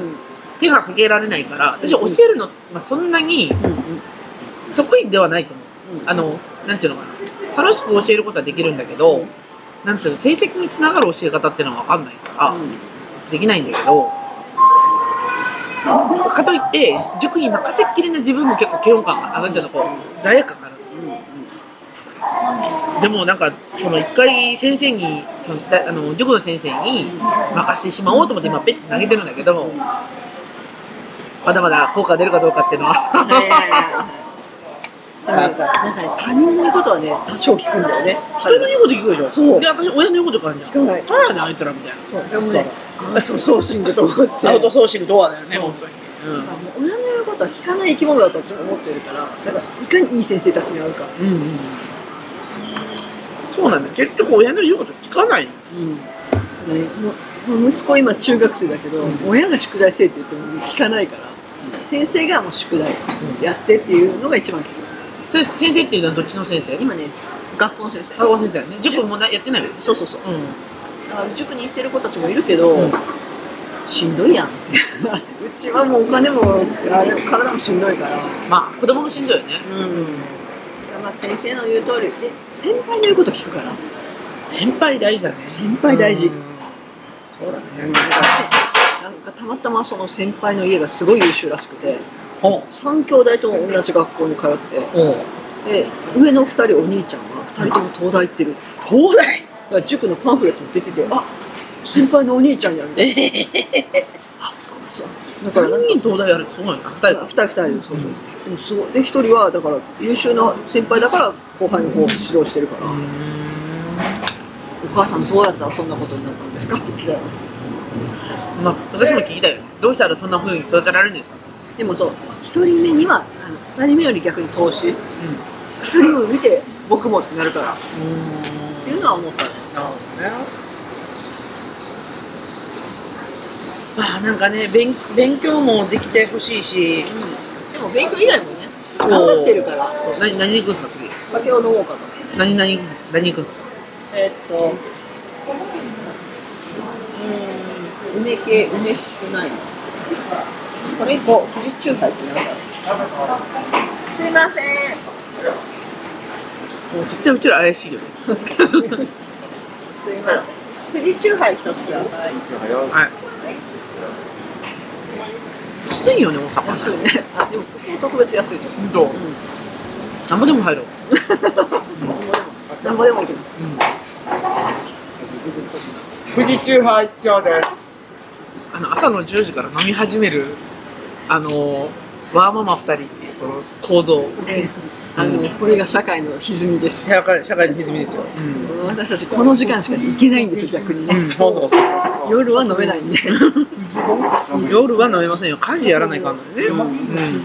S2: 手がかけられないから私教えるの、まあ、そんなに
S3: うんうん
S2: 得意ではないと思うあの、なんていうのかな。楽しく教えることはできるんだけど、
S3: うん
S2: なんていうの、成績につながる教え方っていうのはわかんないから、できないんだけど、かといって、塾に任せっきりな自分も結構嫌悪感が、あなんていうの、こう、罪悪感がある。でもなんか、その一回先生に、その、だあの、塾の先生に任せてしまおうと思って今ペッて投げてるんだけど、まだまだ効果出るかどうかっていうのは。
S3: なんか他人の言うことはね多少聞くんだよね
S2: 人の言うこと聞くでしょ
S3: そう
S2: で、私、親の言うことからじゃん。
S3: 聞かない
S2: どうやねんあいつらみたいな。
S3: そうでもねアウトソーシングと思って
S2: アウトソーシングドアだよね、
S3: そう
S2: 本当に。うん
S3: もう親の言うことは聞かない生き物だと私も思ってるからだからいかにいい先生たちに会うか、
S2: うんうんうんそうなんだよ結局親の言うこと聞かないの
S3: うんね、もうもう息子今中学生だけど、
S2: うん
S3: 親が宿題してって言っても聞かないから、先生がもう宿題やってっていうのが一番聞く
S2: それ先生っていうのはどっちの先生
S3: 今ね学校の先生
S2: 高校先生だよね塾もなやってないよね
S3: そうそうそう
S2: うん
S3: だから塾に行ってる子たちもいるけど、
S2: うん
S3: しんどいやん うちはもうお金もあれ体もしんどいから
S2: まあ子供もしんどいよね
S3: うんまあ先生の言う通りで先輩の言うこと聞くから
S2: 先輩大事だね
S3: 先輩大事
S2: うんそうだね
S3: なんかたまたまその先輩の家がすごい優秀らしくて
S2: おう
S3: 3兄弟とも同じ学校に通って
S2: おう
S3: で上の2人お兄ちゃんは2人とも東大行ってる
S2: 東大
S3: だから塾のパンフレットに出ててあ先輩のお兄ちゃんやみたいなあそうだからなん
S2: 3
S3: か
S2: 人東大やるすごいな2人
S3: 2人2人そうそう、でもすごいで1人はだから優秀な先輩だから後輩の方を指導してるから、
S2: うー
S3: お
S2: ん
S3: 母さんどうやったらそんなことになったんですかって聞いたら
S2: まあ私も聞いたよねどうしたらそんな風に育てられるんですか
S3: でもそう1人目にはあの2人目より逆に投資1
S2: うんう
S3: 人目を見て僕もってなるからっ
S2: ーん
S3: ていうのは思ったね
S2: なるほどね。まあなんかね勉勉強もできてほしいし、
S3: でも勉強以外もね頑張ってるから
S2: 何何行くんですか次？
S3: 酒を飲もうかと
S2: 何何行くんす何行くんですか？
S3: えーっとうーん梅系梅酒ないこれ以降富士中華ってなんだろうすいません
S2: もう絶対うちら怪しいよね。
S3: すいません。富士チューハイ一つください。
S2: はい。安いよね大阪。
S3: 安いね。あ、でもここ特別安いと思う。
S2: 本当。何ぼでも入ろう。
S3: なんぼでもいける。
S2: うん。
S4: 富士急杯一丁です。
S2: あの朝の10時から飲み始めるあのワーママ二人っていうその構造。
S3: ええあの、これが社会の歪みです。
S2: 社会社会の歪みですよ。うん。
S3: 私たちこの時間しか行けないんですよ、逆に
S2: うん
S3: ね。。
S2: そうそう
S3: 夜は飲めないんで。
S2: 夜は飲めませんよ。家事やらないかんのよね。うん。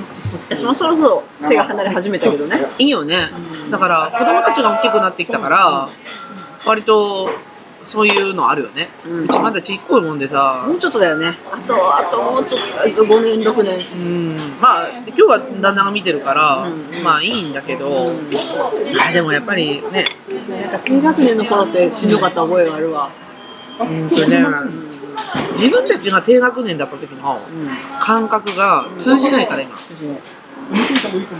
S3: 私もそろそろ手が離れ始めたけどね。
S2: いいよね。だから、子供たちが大きくなってきたから、割と、そういうのあるよね。
S3: うん
S2: うちまだちっこいもんでさ
S3: も、うちょっとだよね。あと、あともうちょっと、あと5年、6年。
S2: うん、まあ、今日は旦那が見てるから
S3: うん、
S2: まあいいんだけど
S3: うん、
S2: あでもやっぱりね、
S3: なんか低学年の頃ってしんどかった覚えがあるわ。
S2: うんとね、自分たちが低学年だった時の
S3: うん。
S2: 感覚が通じないから今。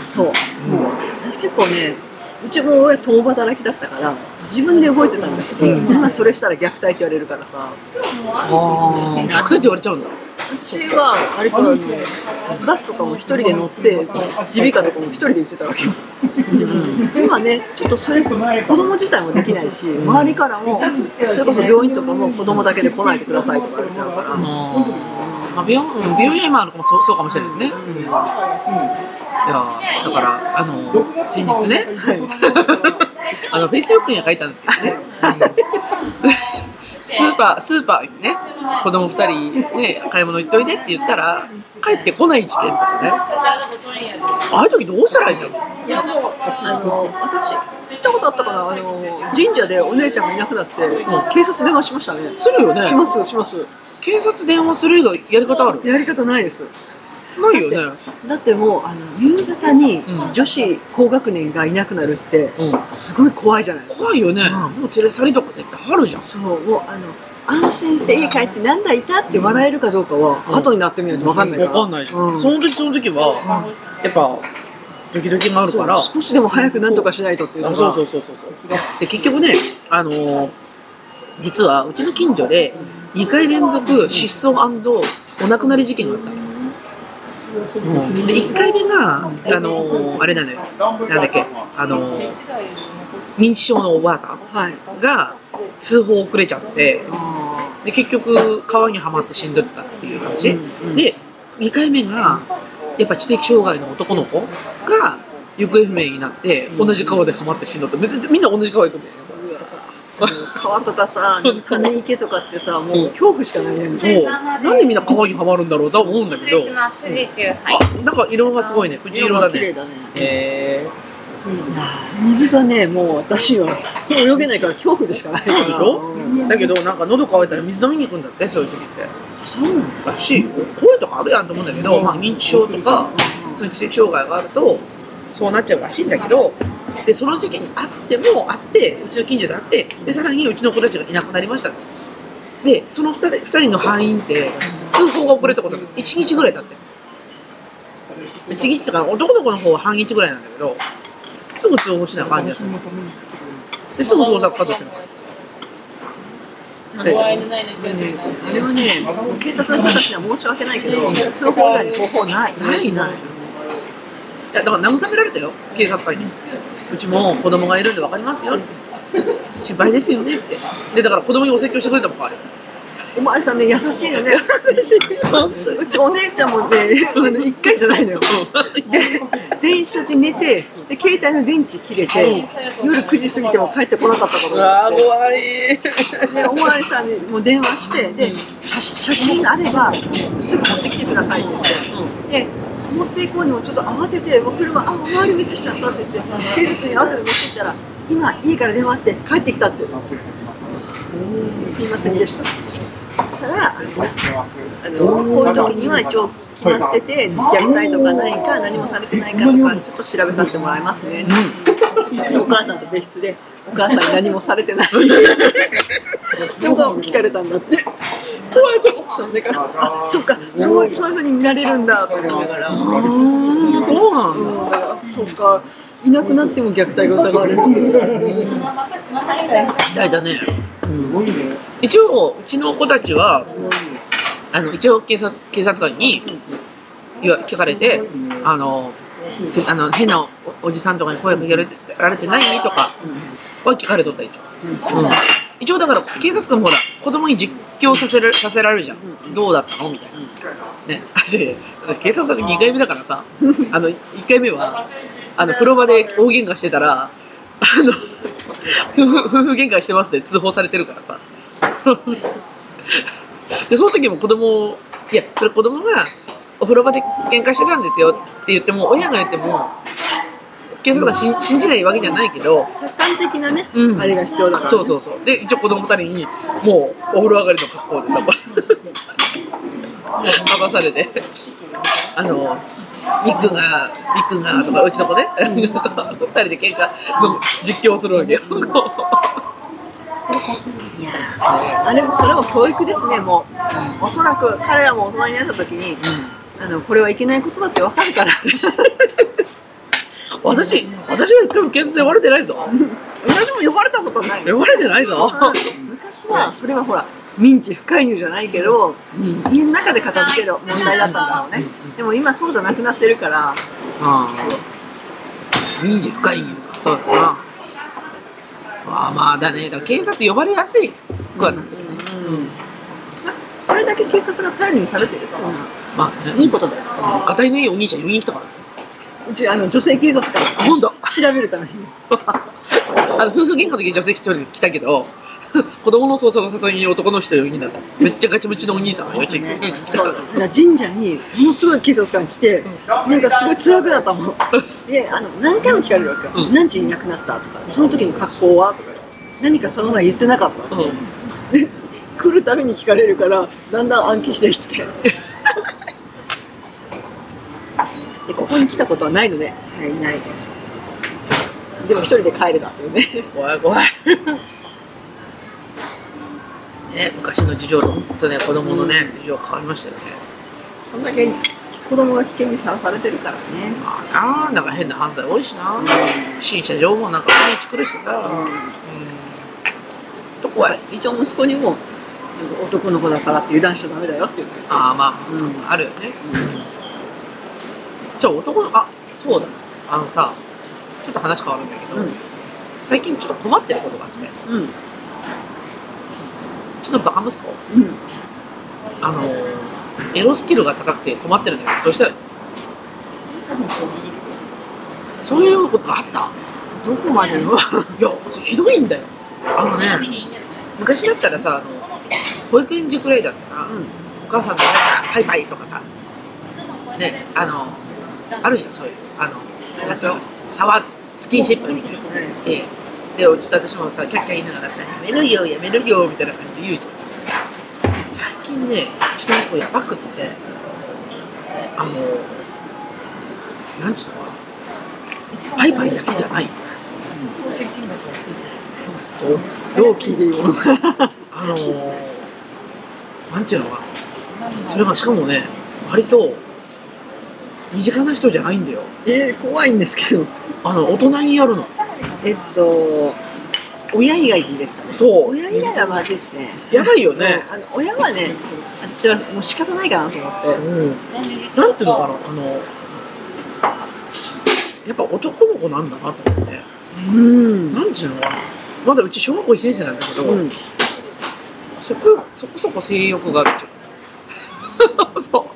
S3: そう。私結構ねうちも親共働きだったから自分で動いてたんだけど、
S2: うん
S3: 今それしたら虐待って言われるからさ
S2: ああ、逆って言われちゃうんだ。
S3: 私は割とあのバスとかも一人で乗って耳鼻科とかも一人で行ってたわけよ
S2: うん
S3: 今ねちょっとそれ子供自体もできないし周りからもそれこそ病院とかも子供だけで来ないでくださいとか言われちゃうから、
S2: あーまあ、美容うん美容院もあるかもそうそうかもしれないね。いやーだからあの先日ね、 あのフェイスブックには書いたんですけどね、 スーパースーパーにね子供二人ね買い物行っといでって言ったら帰ってこない時点とかね。ああいう時どうしたらいいんだろう。
S3: いやもうあの私行ったことあったかなあの神社でお姉ちゃんがいなくなって、警察電話しましたね
S2: するよね。
S3: しますします
S2: 警察電話する以外やり方ある？
S3: やり方ないです
S2: ないよね。
S3: だってもうあの夕方に
S2: うん
S3: 女子高学年がいなくなるって
S2: うん
S3: すごい怖いじゃないですか、
S2: 怖いよね。
S3: うん
S2: もう連れ去りとか絶対あるじゃん。
S3: そうもうあの安心して家帰ってなんだいたって笑えるかどうかは、
S2: うん
S3: 後になってみないと分かんないから
S2: わかんないじゃん。
S3: う
S2: その時その時は、やっぱ、ドキドキがあるから、
S3: そう少しでも早くなんとかしないとっていうの
S2: あ
S3: が
S2: そうそうそうそうそうで結局ねあのー実はうちの近所で2回連続失踪お亡くなり事件があったの、うんで1回目が、あのーあれなのよ
S4: なん
S2: なんだっけあのー認知症のおばあさ
S3: はい
S2: んが通報遅れちゃって
S3: あ
S2: で結局川にはまって死んでったっていう
S3: ー
S2: 話、
S3: うんうん
S2: で2回目がやっぱ知的障害の男の子が行方不明になって
S3: うん
S2: 同じ川ではまって死んだって別にみんな同じ川行くんだよ
S3: うわ川とかさ金池とかってさもう恐怖しかないね
S2: そうなんでみんな川にはまるんだろうとは思うんだ
S1: 失
S2: けど
S1: 礼します。富士中杯。
S2: あなんか色がすごいね藤色だ
S3: 綺麗
S2: ね
S3: だね
S2: へえ
S3: いやー水がねもう私は泳げないから恐怖でしかないから
S2: そうでしょ
S3: うん
S2: だけどなんか喉乾いたら水飲みに行くんだってそういう時って
S3: そうなの
S2: だし声とかあるやんと思うんだけど、まあ、認知症とかそういう知的障害があるとそうなっちゃうらしいんだけどでその時期にあってもあってうちの近所であってでさらにうちの子たちがいなくなりましたでその2人二人の敗因って通報が遅れたことが1日ぐらいだって1日とか男の子の方は半日ぐらいなんだけどすぐ通報しない感じでするですぐ捜索活動する
S5: 怖いのないのに気をつけてね
S3: あれはね警察の人たちには申し訳ないけど通報以外に方法ない
S2: ないないいやだから慰められたよ警察官にうちも子供がいるんで分かりますよ心配ですよねってでだから子供にお説教してくれたもんあれ
S3: おまわりさんね優しいよね 優しいうちお姉ちゃんもねあの一回じゃないのよ電車で寝てで携帯の電池切れて夜9時過ぎても帰ってこなかったから
S2: 怖い
S3: でおまわりさんにもう電話してで写写真あればすぐ持ってきてくださいって言ってで持っていこうにもちょっと慌ててもう車あ回り道しちゃったって言って警察に後で持ってきたら今家から電話あって帰ってきたってすいませんでしたたらあのこういう時には一応決まってて虐待とかないか何もされてないかとかちょっと調べさせてもらいますねでお母さんと別室でお母さんに何もされて ないってことを聞かれたんだって怖いとそんでからあそっかそうそういうふうに見られるんだと思いながら、うん、
S2: うんそうなんだ
S3: だからそっかいなくなっても虐待が疑われるんです
S2: 時代だね一応うちの子たちはあの一応警察警察官に言わ聞かれてあのせあの変なおおじさんとかに声かけられてられてないとかは聞かれとった一応、うん一応だから警察官もほら子供に実況させるさせられるじゃんどうだったのみたいなね あで私警察官2回目だから さあの1回目はあの風呂場で大喧嘩してたらあの夫婦夫婦喧嘩してますって通報されてるからさでその時も子供をいやそれ子供がお風呂場で喧嘩してたんですよって言っても親が言っても警察が信信じないわけじゃないけど
S3: 客観的なね、
S2: うん
S3: あれが必要だから、ね、
S2: そうそうそうで一応子供二人にもうお風呂上がりの格好でさ任されてあのミックがミックがとかうちの子ね二人で喧嘩の実況をするわけよ
S3: いやーあれもそれも教育ですねもうおそらく彼らも大人になった時にあのこれはいけないことだってわかるから
S2: 私私は一回も警察で呼ばれてないぞ
S3: 私も呼ばれたことない
S2: 呼ばれてないぞ、
S3: 昔はそれはほら民事不介入じゃないけど
S2: うん、
S3: 家の中で片付ける問題だったんだろうねでも今そうじゃなくなってるから
S2: ああ民事深い意味かそうだなまあまあだねだから警察呼ばれやすいくはなってるねうん
S3: それだけ警察が頼りにされてるっていうのは
S2: まあね
S3: いいことだよ
S2: ガタイのいいお兄ちゃん4人来たからね。
S3: うちあの女性警察官
S2: あ、ほんと
S3: 調べるために
S2: あの、夫婦喧嘩の時に女性一人来たけど、 子供の捜査の里に男の人4人だった。めっちゃガチムチのお兄さんが4人来た。
S3: そうだから神社にものすごい警察官来て、なんかすごい強くなったもん。で、あの 何回も聞かれるわけよ、
S2: うん
S3: 何時に亡くなったとか、その時の格好はとか、何かその前言ってなかった。
S2: うん
S3: で、来るたびに聞かれるから、だんだん暗記してきて。 で、ここに来たことはないので、はい、ないです。でも一人で帰れたっていうね。
S2: 怖い怖い。ね、昔の事情と本当ね、子供のね、事情変わりましたよね。
S3: そんだけ子供が危険にさらされてるからね。
S2: まあなあ、なんか変な犯罪多いしな。不審者情報なんか毎日来るしさ。うん。とこは、
S3: 一応息子にも男の子だからって油断しちゃダメだよっていう。
S2: ああま
S3: うん。うん。
S2: あ、あるよね。じゃあ男の、あ、そうだ。あのさ、ちょっと話変わるんだけど、最近ちょっと困ってることがあって、
S3: うん。
S2: ちょっとバカ息子、
S3: うん。
S2: あの、エロスキルが高くて困ってるんだけど、どうしたらいいそういうことがあった
S3: どこまで の
S2: いや、ひどいんだよ。あのね、昔だったらさ、あの保育園児くらいだったら、
S3: うん。
S2: お母さんの「バイバイ」とかさねあのあるじゃんそういうあのなんか触スキンシップみたいなででちょっと私もさキャッキャ言いながらさ「やめるよやめるよ」みたいな感じで言うと最近ねうちの息子やばくってあのなんちゅうのかなバイバイだけじゃないどどう聞いていいものあのなんていうのかなそれがしかもね割と身近な人じゃないんだよ
S3: えー、怖いんですけど。
S2: あの大人にやるの
S3: えっと、親以外にですかね。
S2: そう
S3: 親以外はまずいですね。
S2: やばいよね
S3: あの親はね、私はもう仕方ないかなと思って。
S2: うんなんていうのかなあのやっぱ男の子なんだなと思って
S3: うん。
S2: なんていうのかなまだうち小学校1年生なんだけど、
S3: うん。
S2: そこそこそこ性欲があるっていう そう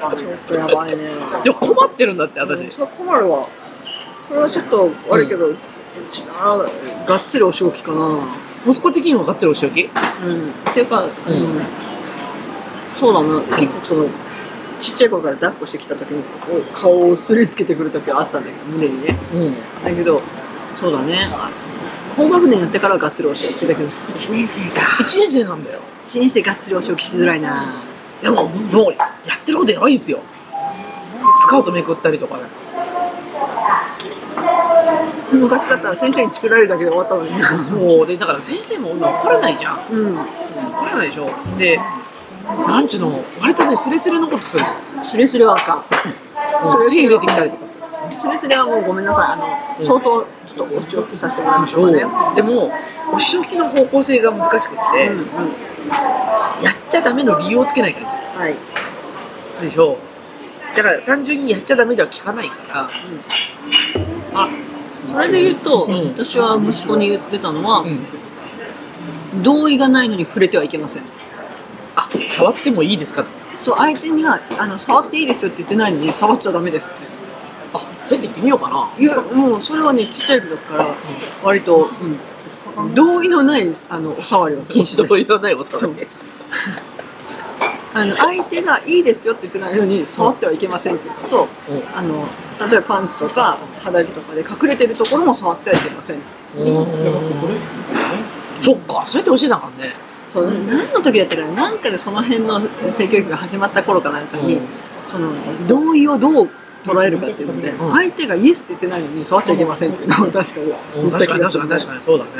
S3: ちょっとやばいね。
S2: いや困ってるんだって私、
S3: うんそれ困るわ。それはちょっと悪いけど、うちながっつりお仕置きかな。
S2: 息子的にもがっつりお仕置き
S3: うん。っていうか、うん。
S2: ん
S3: そうなの。結構その、ちっちゃい頃から抱っこしてきた時に、こう顔をすりつけてくる時はあったんだけど、胸にね。
S2: うん
S3: だけど、そうだね。高学年になってからはがっつりお仕置きだけど、1年生か。
S2: 1年生なんだよ
S3: 1年生がっつりお仕置きしづらいな。
S2: でももうやってることやばいんですよスカートめくったりとかね
S3: 昔だったら先生に作られるだけで終わったのにな。
S2: そうでだから先生も今怒らないじゃん
S3: うん。
S2: 怒らないでしょでなんちゅうの割とねスレスレのことする
S3: スレスレはあかん。
S2: うん手入れてきたりとかする
S3: スレスレはもうごめんなさい。あの、
S2: うん
S3: 相当ちょっとお仕置きさせてもらいましょ
S2: そう
S3: うか
S2: で
S3: ね。
S2: もお仕置きの方向性が難しくって、
S3: うんうん。
S2: やっちゃダメの理由をつけないから
S3: はい。
S2: でしょだから単純にやっちゃダメでは聞かないから
S3: あ、それで言うと、
S2: うん
S3: 私は息子に言ってたのは、
S2: うん
S3: 同意がないのに触れてはいけません。
S2: あ触ってもいいですかとか
S3: そう、相手には、あの、触っていいですよって言ってないのに、触っちゃダメですって。
S2: あそうやって言ってみようかない
S3: や、もうそれはね、ちっちゃい時だから、割と、うん、同意のない、あの、お触りは禁止です。
S2: 同意のないお
S3: そ
S2: 触
S3: う
S2: り。
S3: あの、相手がいいですよって言ってないのに、触ってはいけませんっていうこと、あの、例えばパンツとか肌着とかで隠れてるところも触ってはいけませんと。
S2: そっかそうやって教えなあかんね
S3: そう何の時だったかな、なんかでその辺の性教育が始まった頃かなんかに、その同意をどう捉えるかっていうので、
S2: うん
S3: 相手がイエスって言ってないのに触っちゃいけませんっていうのを確かに
S2: う
S3: 言
S2: ん
S3: った
S2: 確
S3: 気
S2: かに
S3: が
S2: 確
S3: す
S2: か
S3: る。
S2: に確かにそうだね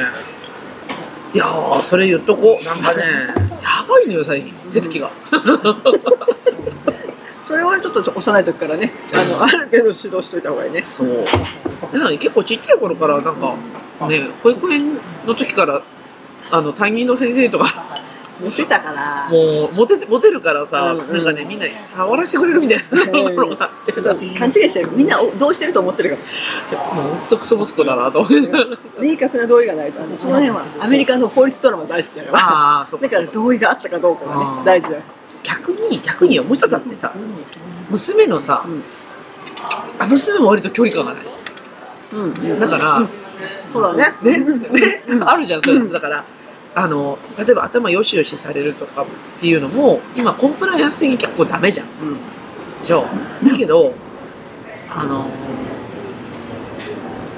S2: いやーそれ言っとこうなんかねやばいのよ最近手つきが
S3: それはちょっと幼い時からね、あの、ある程度指導しといた方がいいね。
S2: そうだから結構ちっちゃい頃からなんかね保育園の時からあの担任の先生とか
S3: モテたから、
S2: もうモテてモテるからさ、
S3: うんうん
S2: なんかねみんな触らせてくれるみたいなところがあって
S3: ちょっと勘違いしてる。みんなおどうしてると思ってるかもし
S2: もうほんとクソ息子だなと思って
S3: れない。明確な同意がないと、あのその辺はアメリカの法律ドラマ大好きだか ら。
S2: ああそうか
S3: だか
S2: そ
S3: ら
S2: うか
S3: 同意があったかどうかが
S2: うん
S3: ね、大事だよ。
S2: 逆に逆によもう一つあってさ娘のさ、
S3: うん
S2: あ娘も割と距離感がない
S3: うん
S2: だから、
S3: そうだね。
S2: ね、ね、あるじゃん、そういうの。だから、あの、例えば頭よしよしされるとかっていうのも、今、コンプライアンス的に結構ダメじゃん。
S3: うん。
S2: でしょだけど、あの、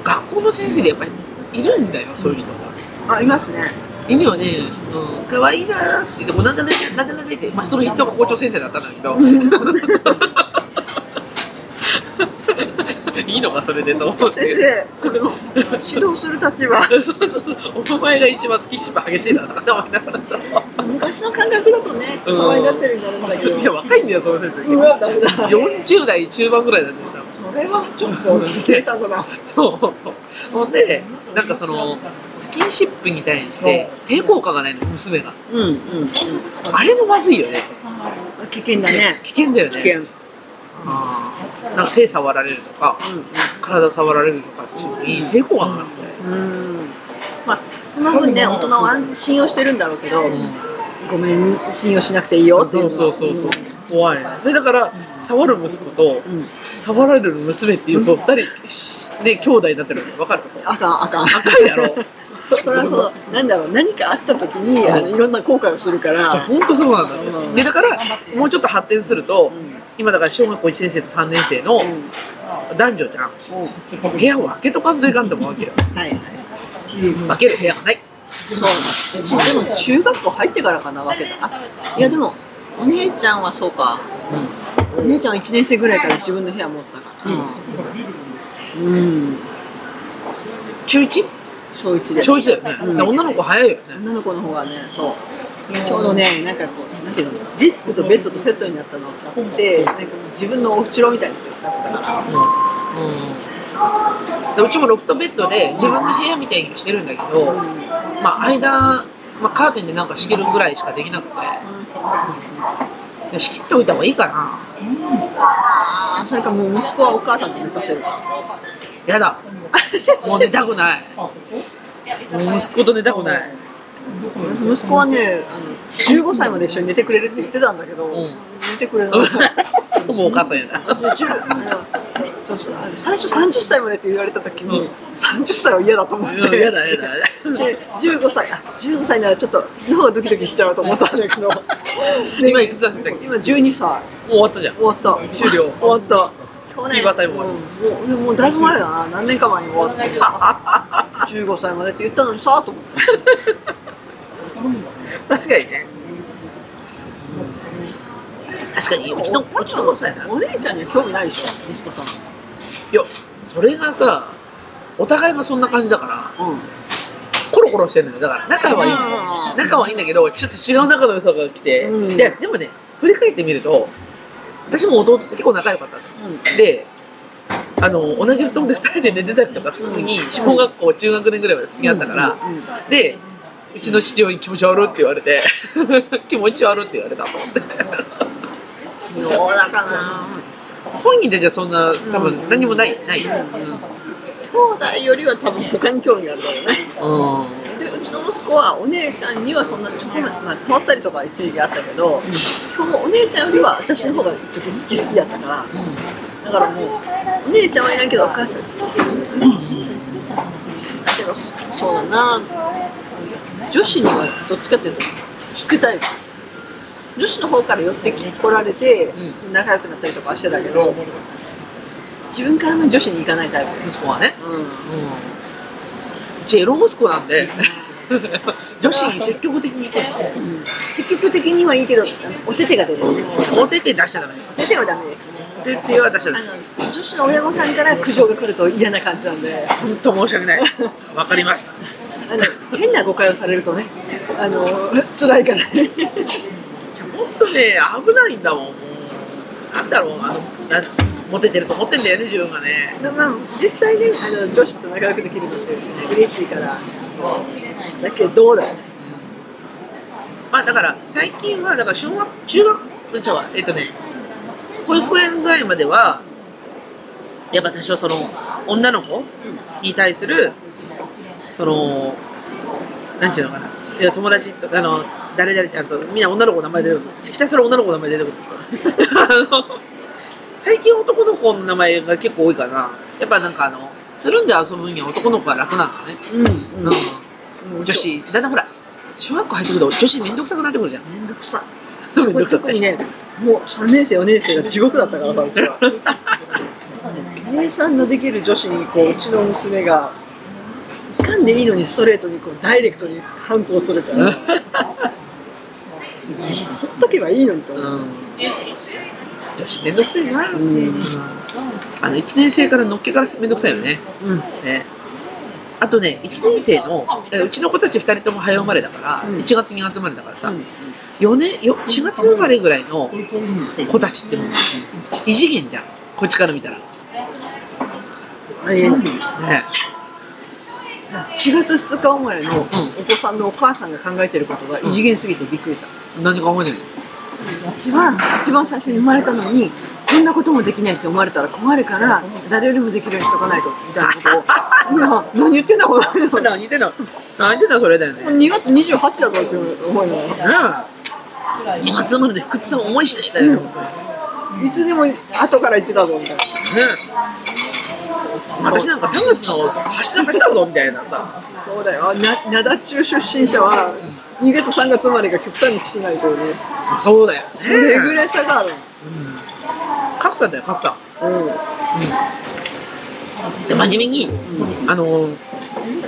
S2: 学校の先生でやっぱりいるんだよ、そういう人が。
S3: あ、いますね。
S2: いるよね、うん、可愛いなーっつって言って、もうなんだなんだなんだなんだって、まあ、その人が校長先生だったんだけ ど、いいのか、それでと思うんだけ
S3: 先
S2: ど。
S3: 生、この指導する立場。
S2: そうそうそう、お前が一番スキンシップ激しいなとかって思いながらさ、
S3: 昔の感覚だとね、
S2: うん
S3: 可愛がってるになるんだけど。
S2: いや、若いんだよ、その先生。
S3: うわ、ダメだ。
S2: 40代中盤ぐらいだね、多分
S3: それはちょっと、計算だな。
S2: そう。ほんで、なんかその、スキンシップに対して抵抗感がないの、娘が。
S3: うん、うん。
S2: あれもまずいよね。
S3: 危険だね。
S2: 危険だよ
S3: 危
S2: ね。
S3: 険。うん。
S2: あーなんか手触られるとか、体触られるとかっていうのに抵抗感がなくて。
S3: うん。まあ、そんなふうにね、大人は安信用してるんだろうけど、
S2: うん
S3: ごめん、信用しなくていいよってい
S2: そう
S3: の
S2: う
S3: は。
S2: そうそうそう。怖いな。で、だから、触る息子と、
S3: うん。うん。
S2: 触られる娘っていう、こう二人、しね、兄弟になってるのわかる
S3: あかん、あかん。
S2: 赤いだろ。
S3: それはその、なんだろう、何かあった時に、あの、いろんな後悔をするから。
S2: 本当そうなんだ
S3: う
S2: ね。
S3: ん
S2: で、だから、もうちょっと発展すると、
S3: うん
S2: 今だから小学校1年生と3年生の
S3: うん
S2: 男女じゃん。部屋を開けとかんといかんと思うわけよ。
S3: はいはい。
S2: 開ける部屋がない。
S3: そう。ちでも中学校入ってからかなわけだ。あいやでもお姉ちゃんはそうか。お姉ちゃんは1年生ぐらいから自分の部屋持ったから。うん。
S2: 中 1?
S3: 小1で。
S2: 小1だよね。だから女の子早いよね。
S3: 女の子の方がね、そう。ちょうどね、なんかこう、なんていうの、デスクとベッドとセットになったのを買って、なんか自分のお城みたいにして使ってたから。
S2: うん。で、うちもロフトベッドで自分の部屋みたいにしてるんだけど、まあ間、まあカーテンでなんか仕切るぐらいしかできなくて、で仕切っておいた方がいいかな。
S3: ああ、それかもう息子はお母さんと寝させる。
S2: やだ。もう寝たくない。もう息子と寝たくない。
S3: 息子はね、あの15歳まで一緒に寝てくれるって言ってたんだけど、
S2: うん
S3: 寝てくれない。
S2: もうお母さんやな。
S3: 私10あのそうそうあの最初30歳までって言われた時に、30歳は嫌だと思って、
S2: うんやだやだやだ。
S3: で15歳あ15歳ならちょっと私の方がドキドキしちゃうと思ったんだけどで
S2: 今いくつだったっけも
S3: 今12歳
S2: う終わったじゃん。
S3: 終わった
S2: 終了
S3: 終わ った去
S2: フィーバータイム終わ
S3: もうもうもうだいぶ前だな何年か前に終わって15歳までって言ったのにさあと思って
S2: 確かにね。確かに、うちの、うちの子さやな。い
S3: お姉ちゃんには興味ないでしょ息子さん
S2: や、それがさ、お互いがそんな感じだから、
S3: うん
S2: コロコロしてるのよ。だから、仲はいいの。仲はいいんだけど、ちょっと違う仲の良さが来て、
S3: うん
S2: いや、でもね、振り返ってみると、私も弟と結構仲良かったの。で、あの、同じ布団で二人で寝てたりとか、普通に、小学校、中学年ぐらいまで普通にあったから、で、うちの父親に気持ち悪いって言われて、 気持ち悪いって言われたと思って。
S3: うん、どうだかな
S2: 本人たちはそんな、多分何もない、ない。
S3: 兄弟よりは多分他に興味があるだろうね
S2: うん。うん
S3: でうちの息子はお姉ちゃんにはそんなちょっとまあ触ったりとかは一時期あったけど、今日お姉ちゃんよりは私の方が時々好き好きだったからだからもうお姉ちゃんはいないけどお母さん好き好きだけどそうだな女子にはどっちかっていうと引くタイプ女子の方から寄ってき来られて
S2: う
S3: 仲良くなったりとかはしてたけど自分からの女子に行かないタイ
S2: 息子はね。
S3: プ、うん
S2: うん。うちエロ息子なん で、女子に積極的に行く
S3: 積極的にはいいけどあのお手手が出る
S2: お手手出しちゃダメで
S3: 出
S2: す。
S3: てはダメです。
S2: お手手は出しちゃ
S3: あ
S2: ダメです。
S3: の女子の親御さんから苦情が来ると嫌な感じなんで、あ
S2: 本当申し訳ない。わかります。
S3: の変な誤解をされるとね、あの辛いからね。
S2: じゃ本当ね、危ないんだもん。もうなんだろう、あの、なモテてると思ってんだよね、自分がね。
S3: まあ実際ね、あの女子と仲良くできるのって嬉しいから。だけどだよね。
S2: まあだから最近はだから小学中学じゃあえっとね保育園ぐらいまではやっぱ多少その女の子に対するそのなんていうのかないや友達とあの誰々ちゃんとみんな女の子の名前出てくるひたすら女の子の名前出 てくるあの最近男の子の名前が結構多いかなやっぱなんかあのつるんで遊ぶには男の子が楽なんだね、
S3: うん
S2: うん、女子だんだんほら小学校入ってくると女子めんどくさくなってくるじゃん
S3: めんどくさ。
S2: めんどくさっ
S3: 特
S2: て
S3: にね、もう3年生、4年生が地獄だったからさ、うちは。計算のできる女子にこう、うちの娘が、いかんでいいのにストレートにこうダイレクトに反抗するから、ほっとけばいいのにと思う。
S2: 女子めんどくせえな、あの1年生からのっけからめんどくさいよね
S3: うん
S2: ねあとね、1年生の、えうちの子たち2人とも早生まれだから、
S3: うん
S2: 1月、2月生まれだから
S3: さ、
S2: さ、4年、よ4月生まれぐらいの子たちってもう、異次元じゃん。こっちから見たら。
S3: えー
S2: ね。
S3: 4月2日生まれのお子さんのお母さんが考えてることが異次元すぎてびっくりした。
S2: 何考えてる
S3: 私は一番最初に生まれたのに、こんなこともできないって思われたら困るから、誰よりもできるようにしとかないと、みたいなことを。な何言ってんだ、これ。
S2: の何言ってんの何言ってんのそれだよね。ね
S3: 2月28だぞ、って思いながら。
S2: 2月生まれで福津さん重いしねだよ。
S3: うんいつでも後から言ってたぞ、みたいな。
S2: ね私なんか3月の走ら走ったぞみたいなさ
S3: そうだよ。な、灘中出身者は、2月3月生まれが極端に少ないというね。
S2: そうだよ
S3: それぐらい差がある。
S2: 格差だよ格差
S3: うん。
S2: で真面目にあのー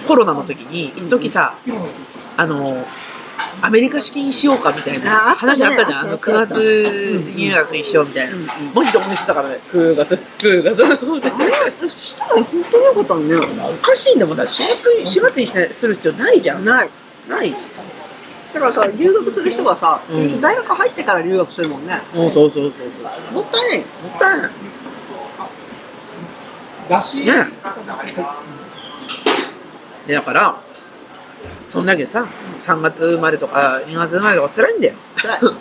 S2: コロナの時に一時さあのーアメリカ式にしようかみたいな
S3: ああったね
S2: 話あったじゃんあの9月入学にしようみたいなマジで応援してたからね9月9月
S3: したら本当によかったね。
S2: おかしいんだもんだ4月に4月にしてする必要ないじゃん
S3: ない。
S2: ない
S3: だからさ、留学する人がさ、
S2: うん
S3: 大学入ってから留学するもんね。
S2: もうそうそうそうそうもったいないもったいない
S4: だし、
S2: ねでだからそんだけさ3月生まれとか2月生まれとか辛いんだよ、
S3: 辛い
S2: うん、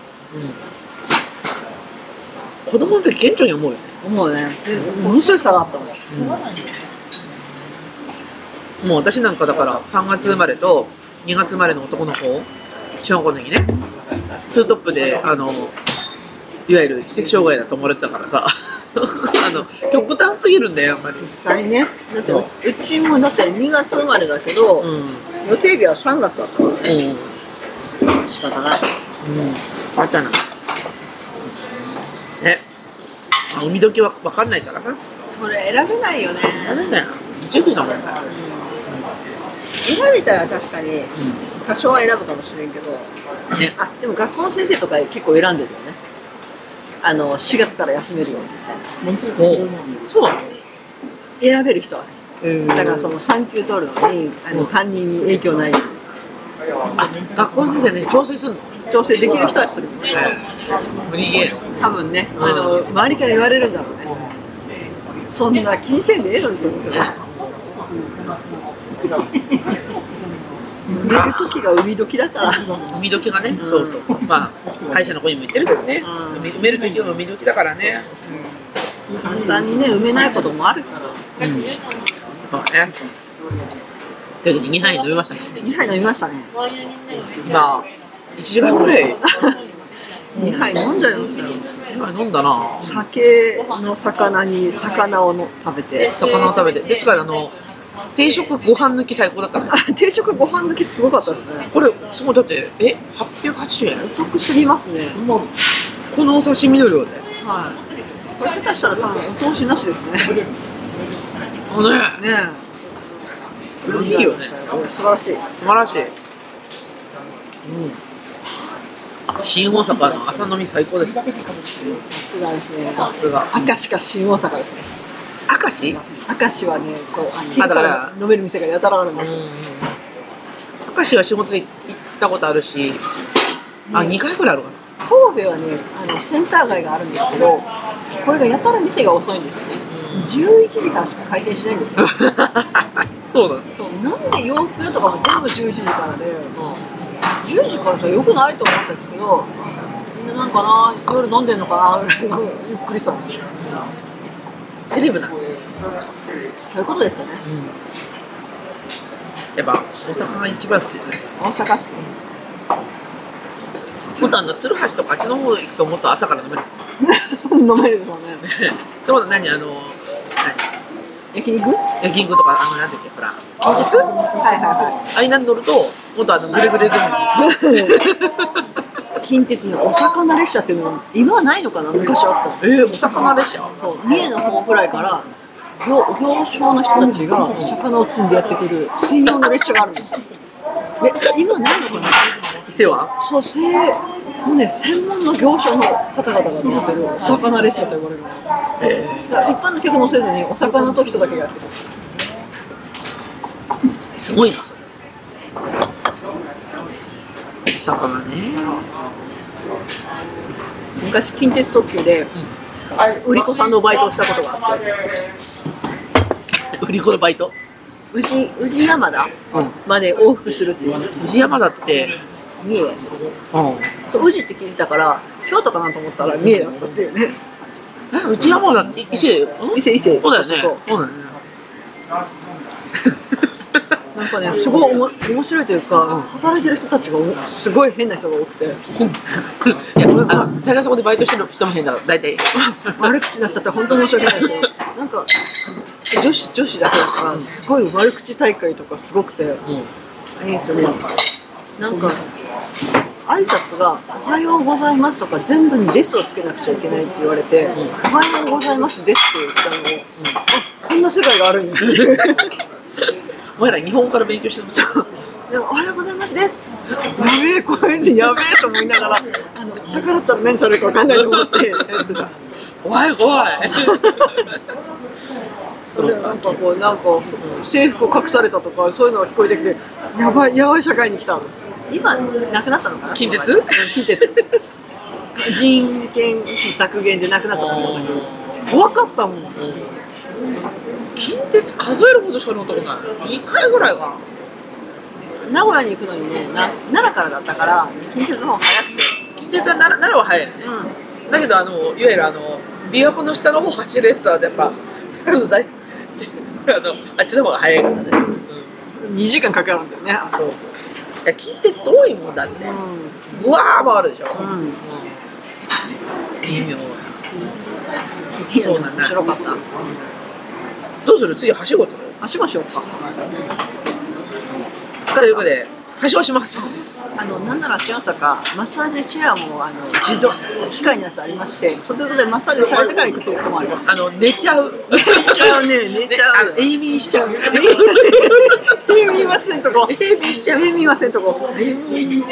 S2: 子供の時顕著に思うよね、
S3: 思うね。でものすごい差があったもん。
S2: もう私なんかだから3月生まれと2月生まれの男の子小学校の時ねツートップであのいわゆる知的障害だと思われてたからさ あの極端すぎるんだよあんまり
S3: 実際ね。だって、
S2: そう
S3: うちもだって2月生まれだけど、
S2: うんうん
S3: 予定日は3月だったから仕方ない。
S2: うんあったなねまあ海時は分かんないからさ
S3: それ選べないよね。
S2: ダメだよ。ジェフなもんだよ。
S3: 選べたら確かに
S2: う
S3: 多少は選ぶかもしれんけど、
S2: ね。
S3: あでも学校の先生とか結構選んでるよねあの4月から休めるよみたいなん
S2: そうなの
S3: 選べる人はね
S2: え
S3: だからその産級取るのにあの担任に影響ないよう
S2: あ、学校の先生ね、調整すんの
S3: に調整できる人はするよね
S2: 無理ゲー
S3: 多分ね
S2: うん
S3: あの周りから言われるんだろうねそんな気にせんでええのにと思うけど寝る時が海時だから
S2: 海時がね、そうそうそう。まあ、歯医者の子にも言ってるけどね。
S3: うん
S2: 埋める時は海時だからね。
S3: 簡単にね埋めないこともあるから
S2: うん。まあね。というわけで2杯飲みましたね。
S3: 2杯飲みましたね
S2: まあ、1時 間ぐらい。
S3: 2杯飲んじゃいましたよ
S2: 今飲んだな。
S3: 酒の魚に魚をの食べて
S2: 魚を食べて。で、つかあの、定食ご飯抜き最高だったね。
S3: あ定食ご飯抜きすごかったですね
S2: これ、すごい、だって、え、880円
S3: お得すぎますね
S2: このお刺身の量で。
S3: はいこれ下手したら多分お通しなしですね
S2: あね
S3: ねえ
S2: いいよね。
S3: 素晴らしい
S2: 素晴らしい。うん。あ新大阪の朝飲み最高です。
S3: さすがですね
S2: さすが。
S3: 明石か新大阪ですね
S2: 明石
S3: 明石はねそうあの
S2: あ
S3: 昼
S2: だ
S3: か
S2: から
S3: ら飲める店がやたらあるんですよ
S2: 明石は仕事で行ったことあるし、あ、
S3: ね
S2: 2回ぐらいあるか
S3: 神戸はねあのセンター街があるんですけどこれがやたら店が遅いんですよね11時からしか開店しないんですよ
S2: な。そうなの。
S3: そうなんで洋服とかも全部11時からで10時からじゃよくないと思ったんですけどでなんかな夜飲んでんのかなぐらいのゆっくりしたんですよ
S2: セレブな。
S3: そういうことでしたね
S2: やっぱ、大阪が一番っすよね。
S3: 大阪っ すね
S2: もっとあの、鶴橋とかあっちの方行くともっと朝から飲める。
S3: 飲めるのね
S2: ってことは何あの、何
S3: 焼肉は
S2: 焼肉とか、あの、なんだっけ、ほら、近鉄
S3: いは
S2: あいなに乗ると、もっとあの、ぐれぐれゾーン に。
S3: いはい近鉄のお魚列車っていうのは今はないのかな昔あっ
S2: え
S3: た
S2: ー、お魚列車
S3: そう三重の方ぐらいから行行商の人たちが魚を積んでやってくる専用の列車があるんですよで今ないのかな
S2: 店は
S3: そう、せもうね、専門の業者の方々が乗ってるお魚列車と言われるの。だ
S2: え
S3: から一般の客もせずに、お魚と人だけがやってる。
S2: すごいな、それ。魚ね。
S3: 昔近鉄特急で売り子さんのバイトをしたことがあって
S2: 売り子のバイト
S3: 宇治宇治山田
S2: うん。
S3: まで往復するっていう
S2: 宇治山だって、
S3: 三重
S2: うん。
S3: そう宇治って聞いたから京都かなと思ったら三重だったっていうね
S2: え、宇治山だって、伊勢、
S3: 伊勢伊勢
S2: そうだよね。
S3: そう
S2: そうだよね。
S3: なんかねすごいおも面白いというか、
S2: うん
S3: 働いてる人たちがおすごい変な人が多く て
S2: いや、あの、大体そこでバイトしてる人も変だろ、大体。
S3: 悪口になっちゃって本当に申し訳ないですなんか女子女子だけだからすごい悪口大会とかすごくて
S2: うん。
S3: えっ、とねなんか挨拶が「おはようございます」とか全部に「です」をつけなくちゃいけないって言われて「
S2: ん
S3: おはようございます」ですって言ったのを、あこんな世界があるんやっていう
S2: お前ら日本語から勉強してますよ。
S3: でもおはようございますです」やべえこういう人やべえと思いながらあの逆だったら何されるか分かんないと思ってやってた。
S2: 怖い 怖い。
S3: それはなんかこうなんか制服を隠されたとかそういうのが聞こえてきてやばいやばい社会に来た今なくなったのかな
S2: 近鉄
S3: うん近鉄 人件費削減でなくなったと思うんだけど怖かったもん
S2: 近鉄数えるほどしか乗ったことない。2回ぐらいか
S3: 名古屋に行くのにねな奈良からだったから近鉄の方が早くて
S2: な。近鉄は奈良奈良は早いよね。
S3: う
S2: だけど、あの、いわゆるあの、琵琶湖の下の方走るやつは、やっぱ、 あの、在あの、あっちの方が早いからね。うん
S3: ん2時間かかるんだよね
S2: そうそう。いや、近鉄遠いもんだって。うわー回るでしょ。
S3: うん、うん、
S2: 微妙や。そうなんだ
S3: 面白かっ
S2: どうする次、はしごと。
S3: たあしましょうか
S2: ということで、はしごします。
S3: あのなんなら千坂マッサージチェアもあの自動機械のやつありましてそれでマッサージされてから行くということもあります
S2: あの、寝ちゃう。
S3: 寝ちゃうね寝ちゃう
S2: ねあの永眠しちゃう。
S3: え見ませんとこえ見しちゃえ見ませんとこ
S2: というわ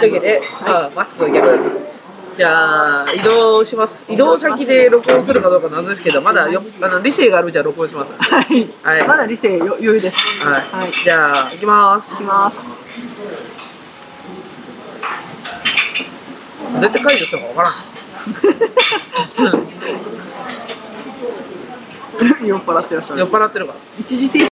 S2: けで、あマスクが逆だった。じゃあ、移動します。移動先で録音するかどうかなんですけど、まだよあの理性があるうちは録音します。は
S3: はい、
S2: はい。
S3: まだ理性よ余裕ですはい
S2: じゃあ、行きます
S3: い。きます
S2: どうやって解除するかわからん。
S3: 酔っ払ってらっしゃ
S2: 酔っ
S3: る
S2: 払ってるから。
S3: 一時停止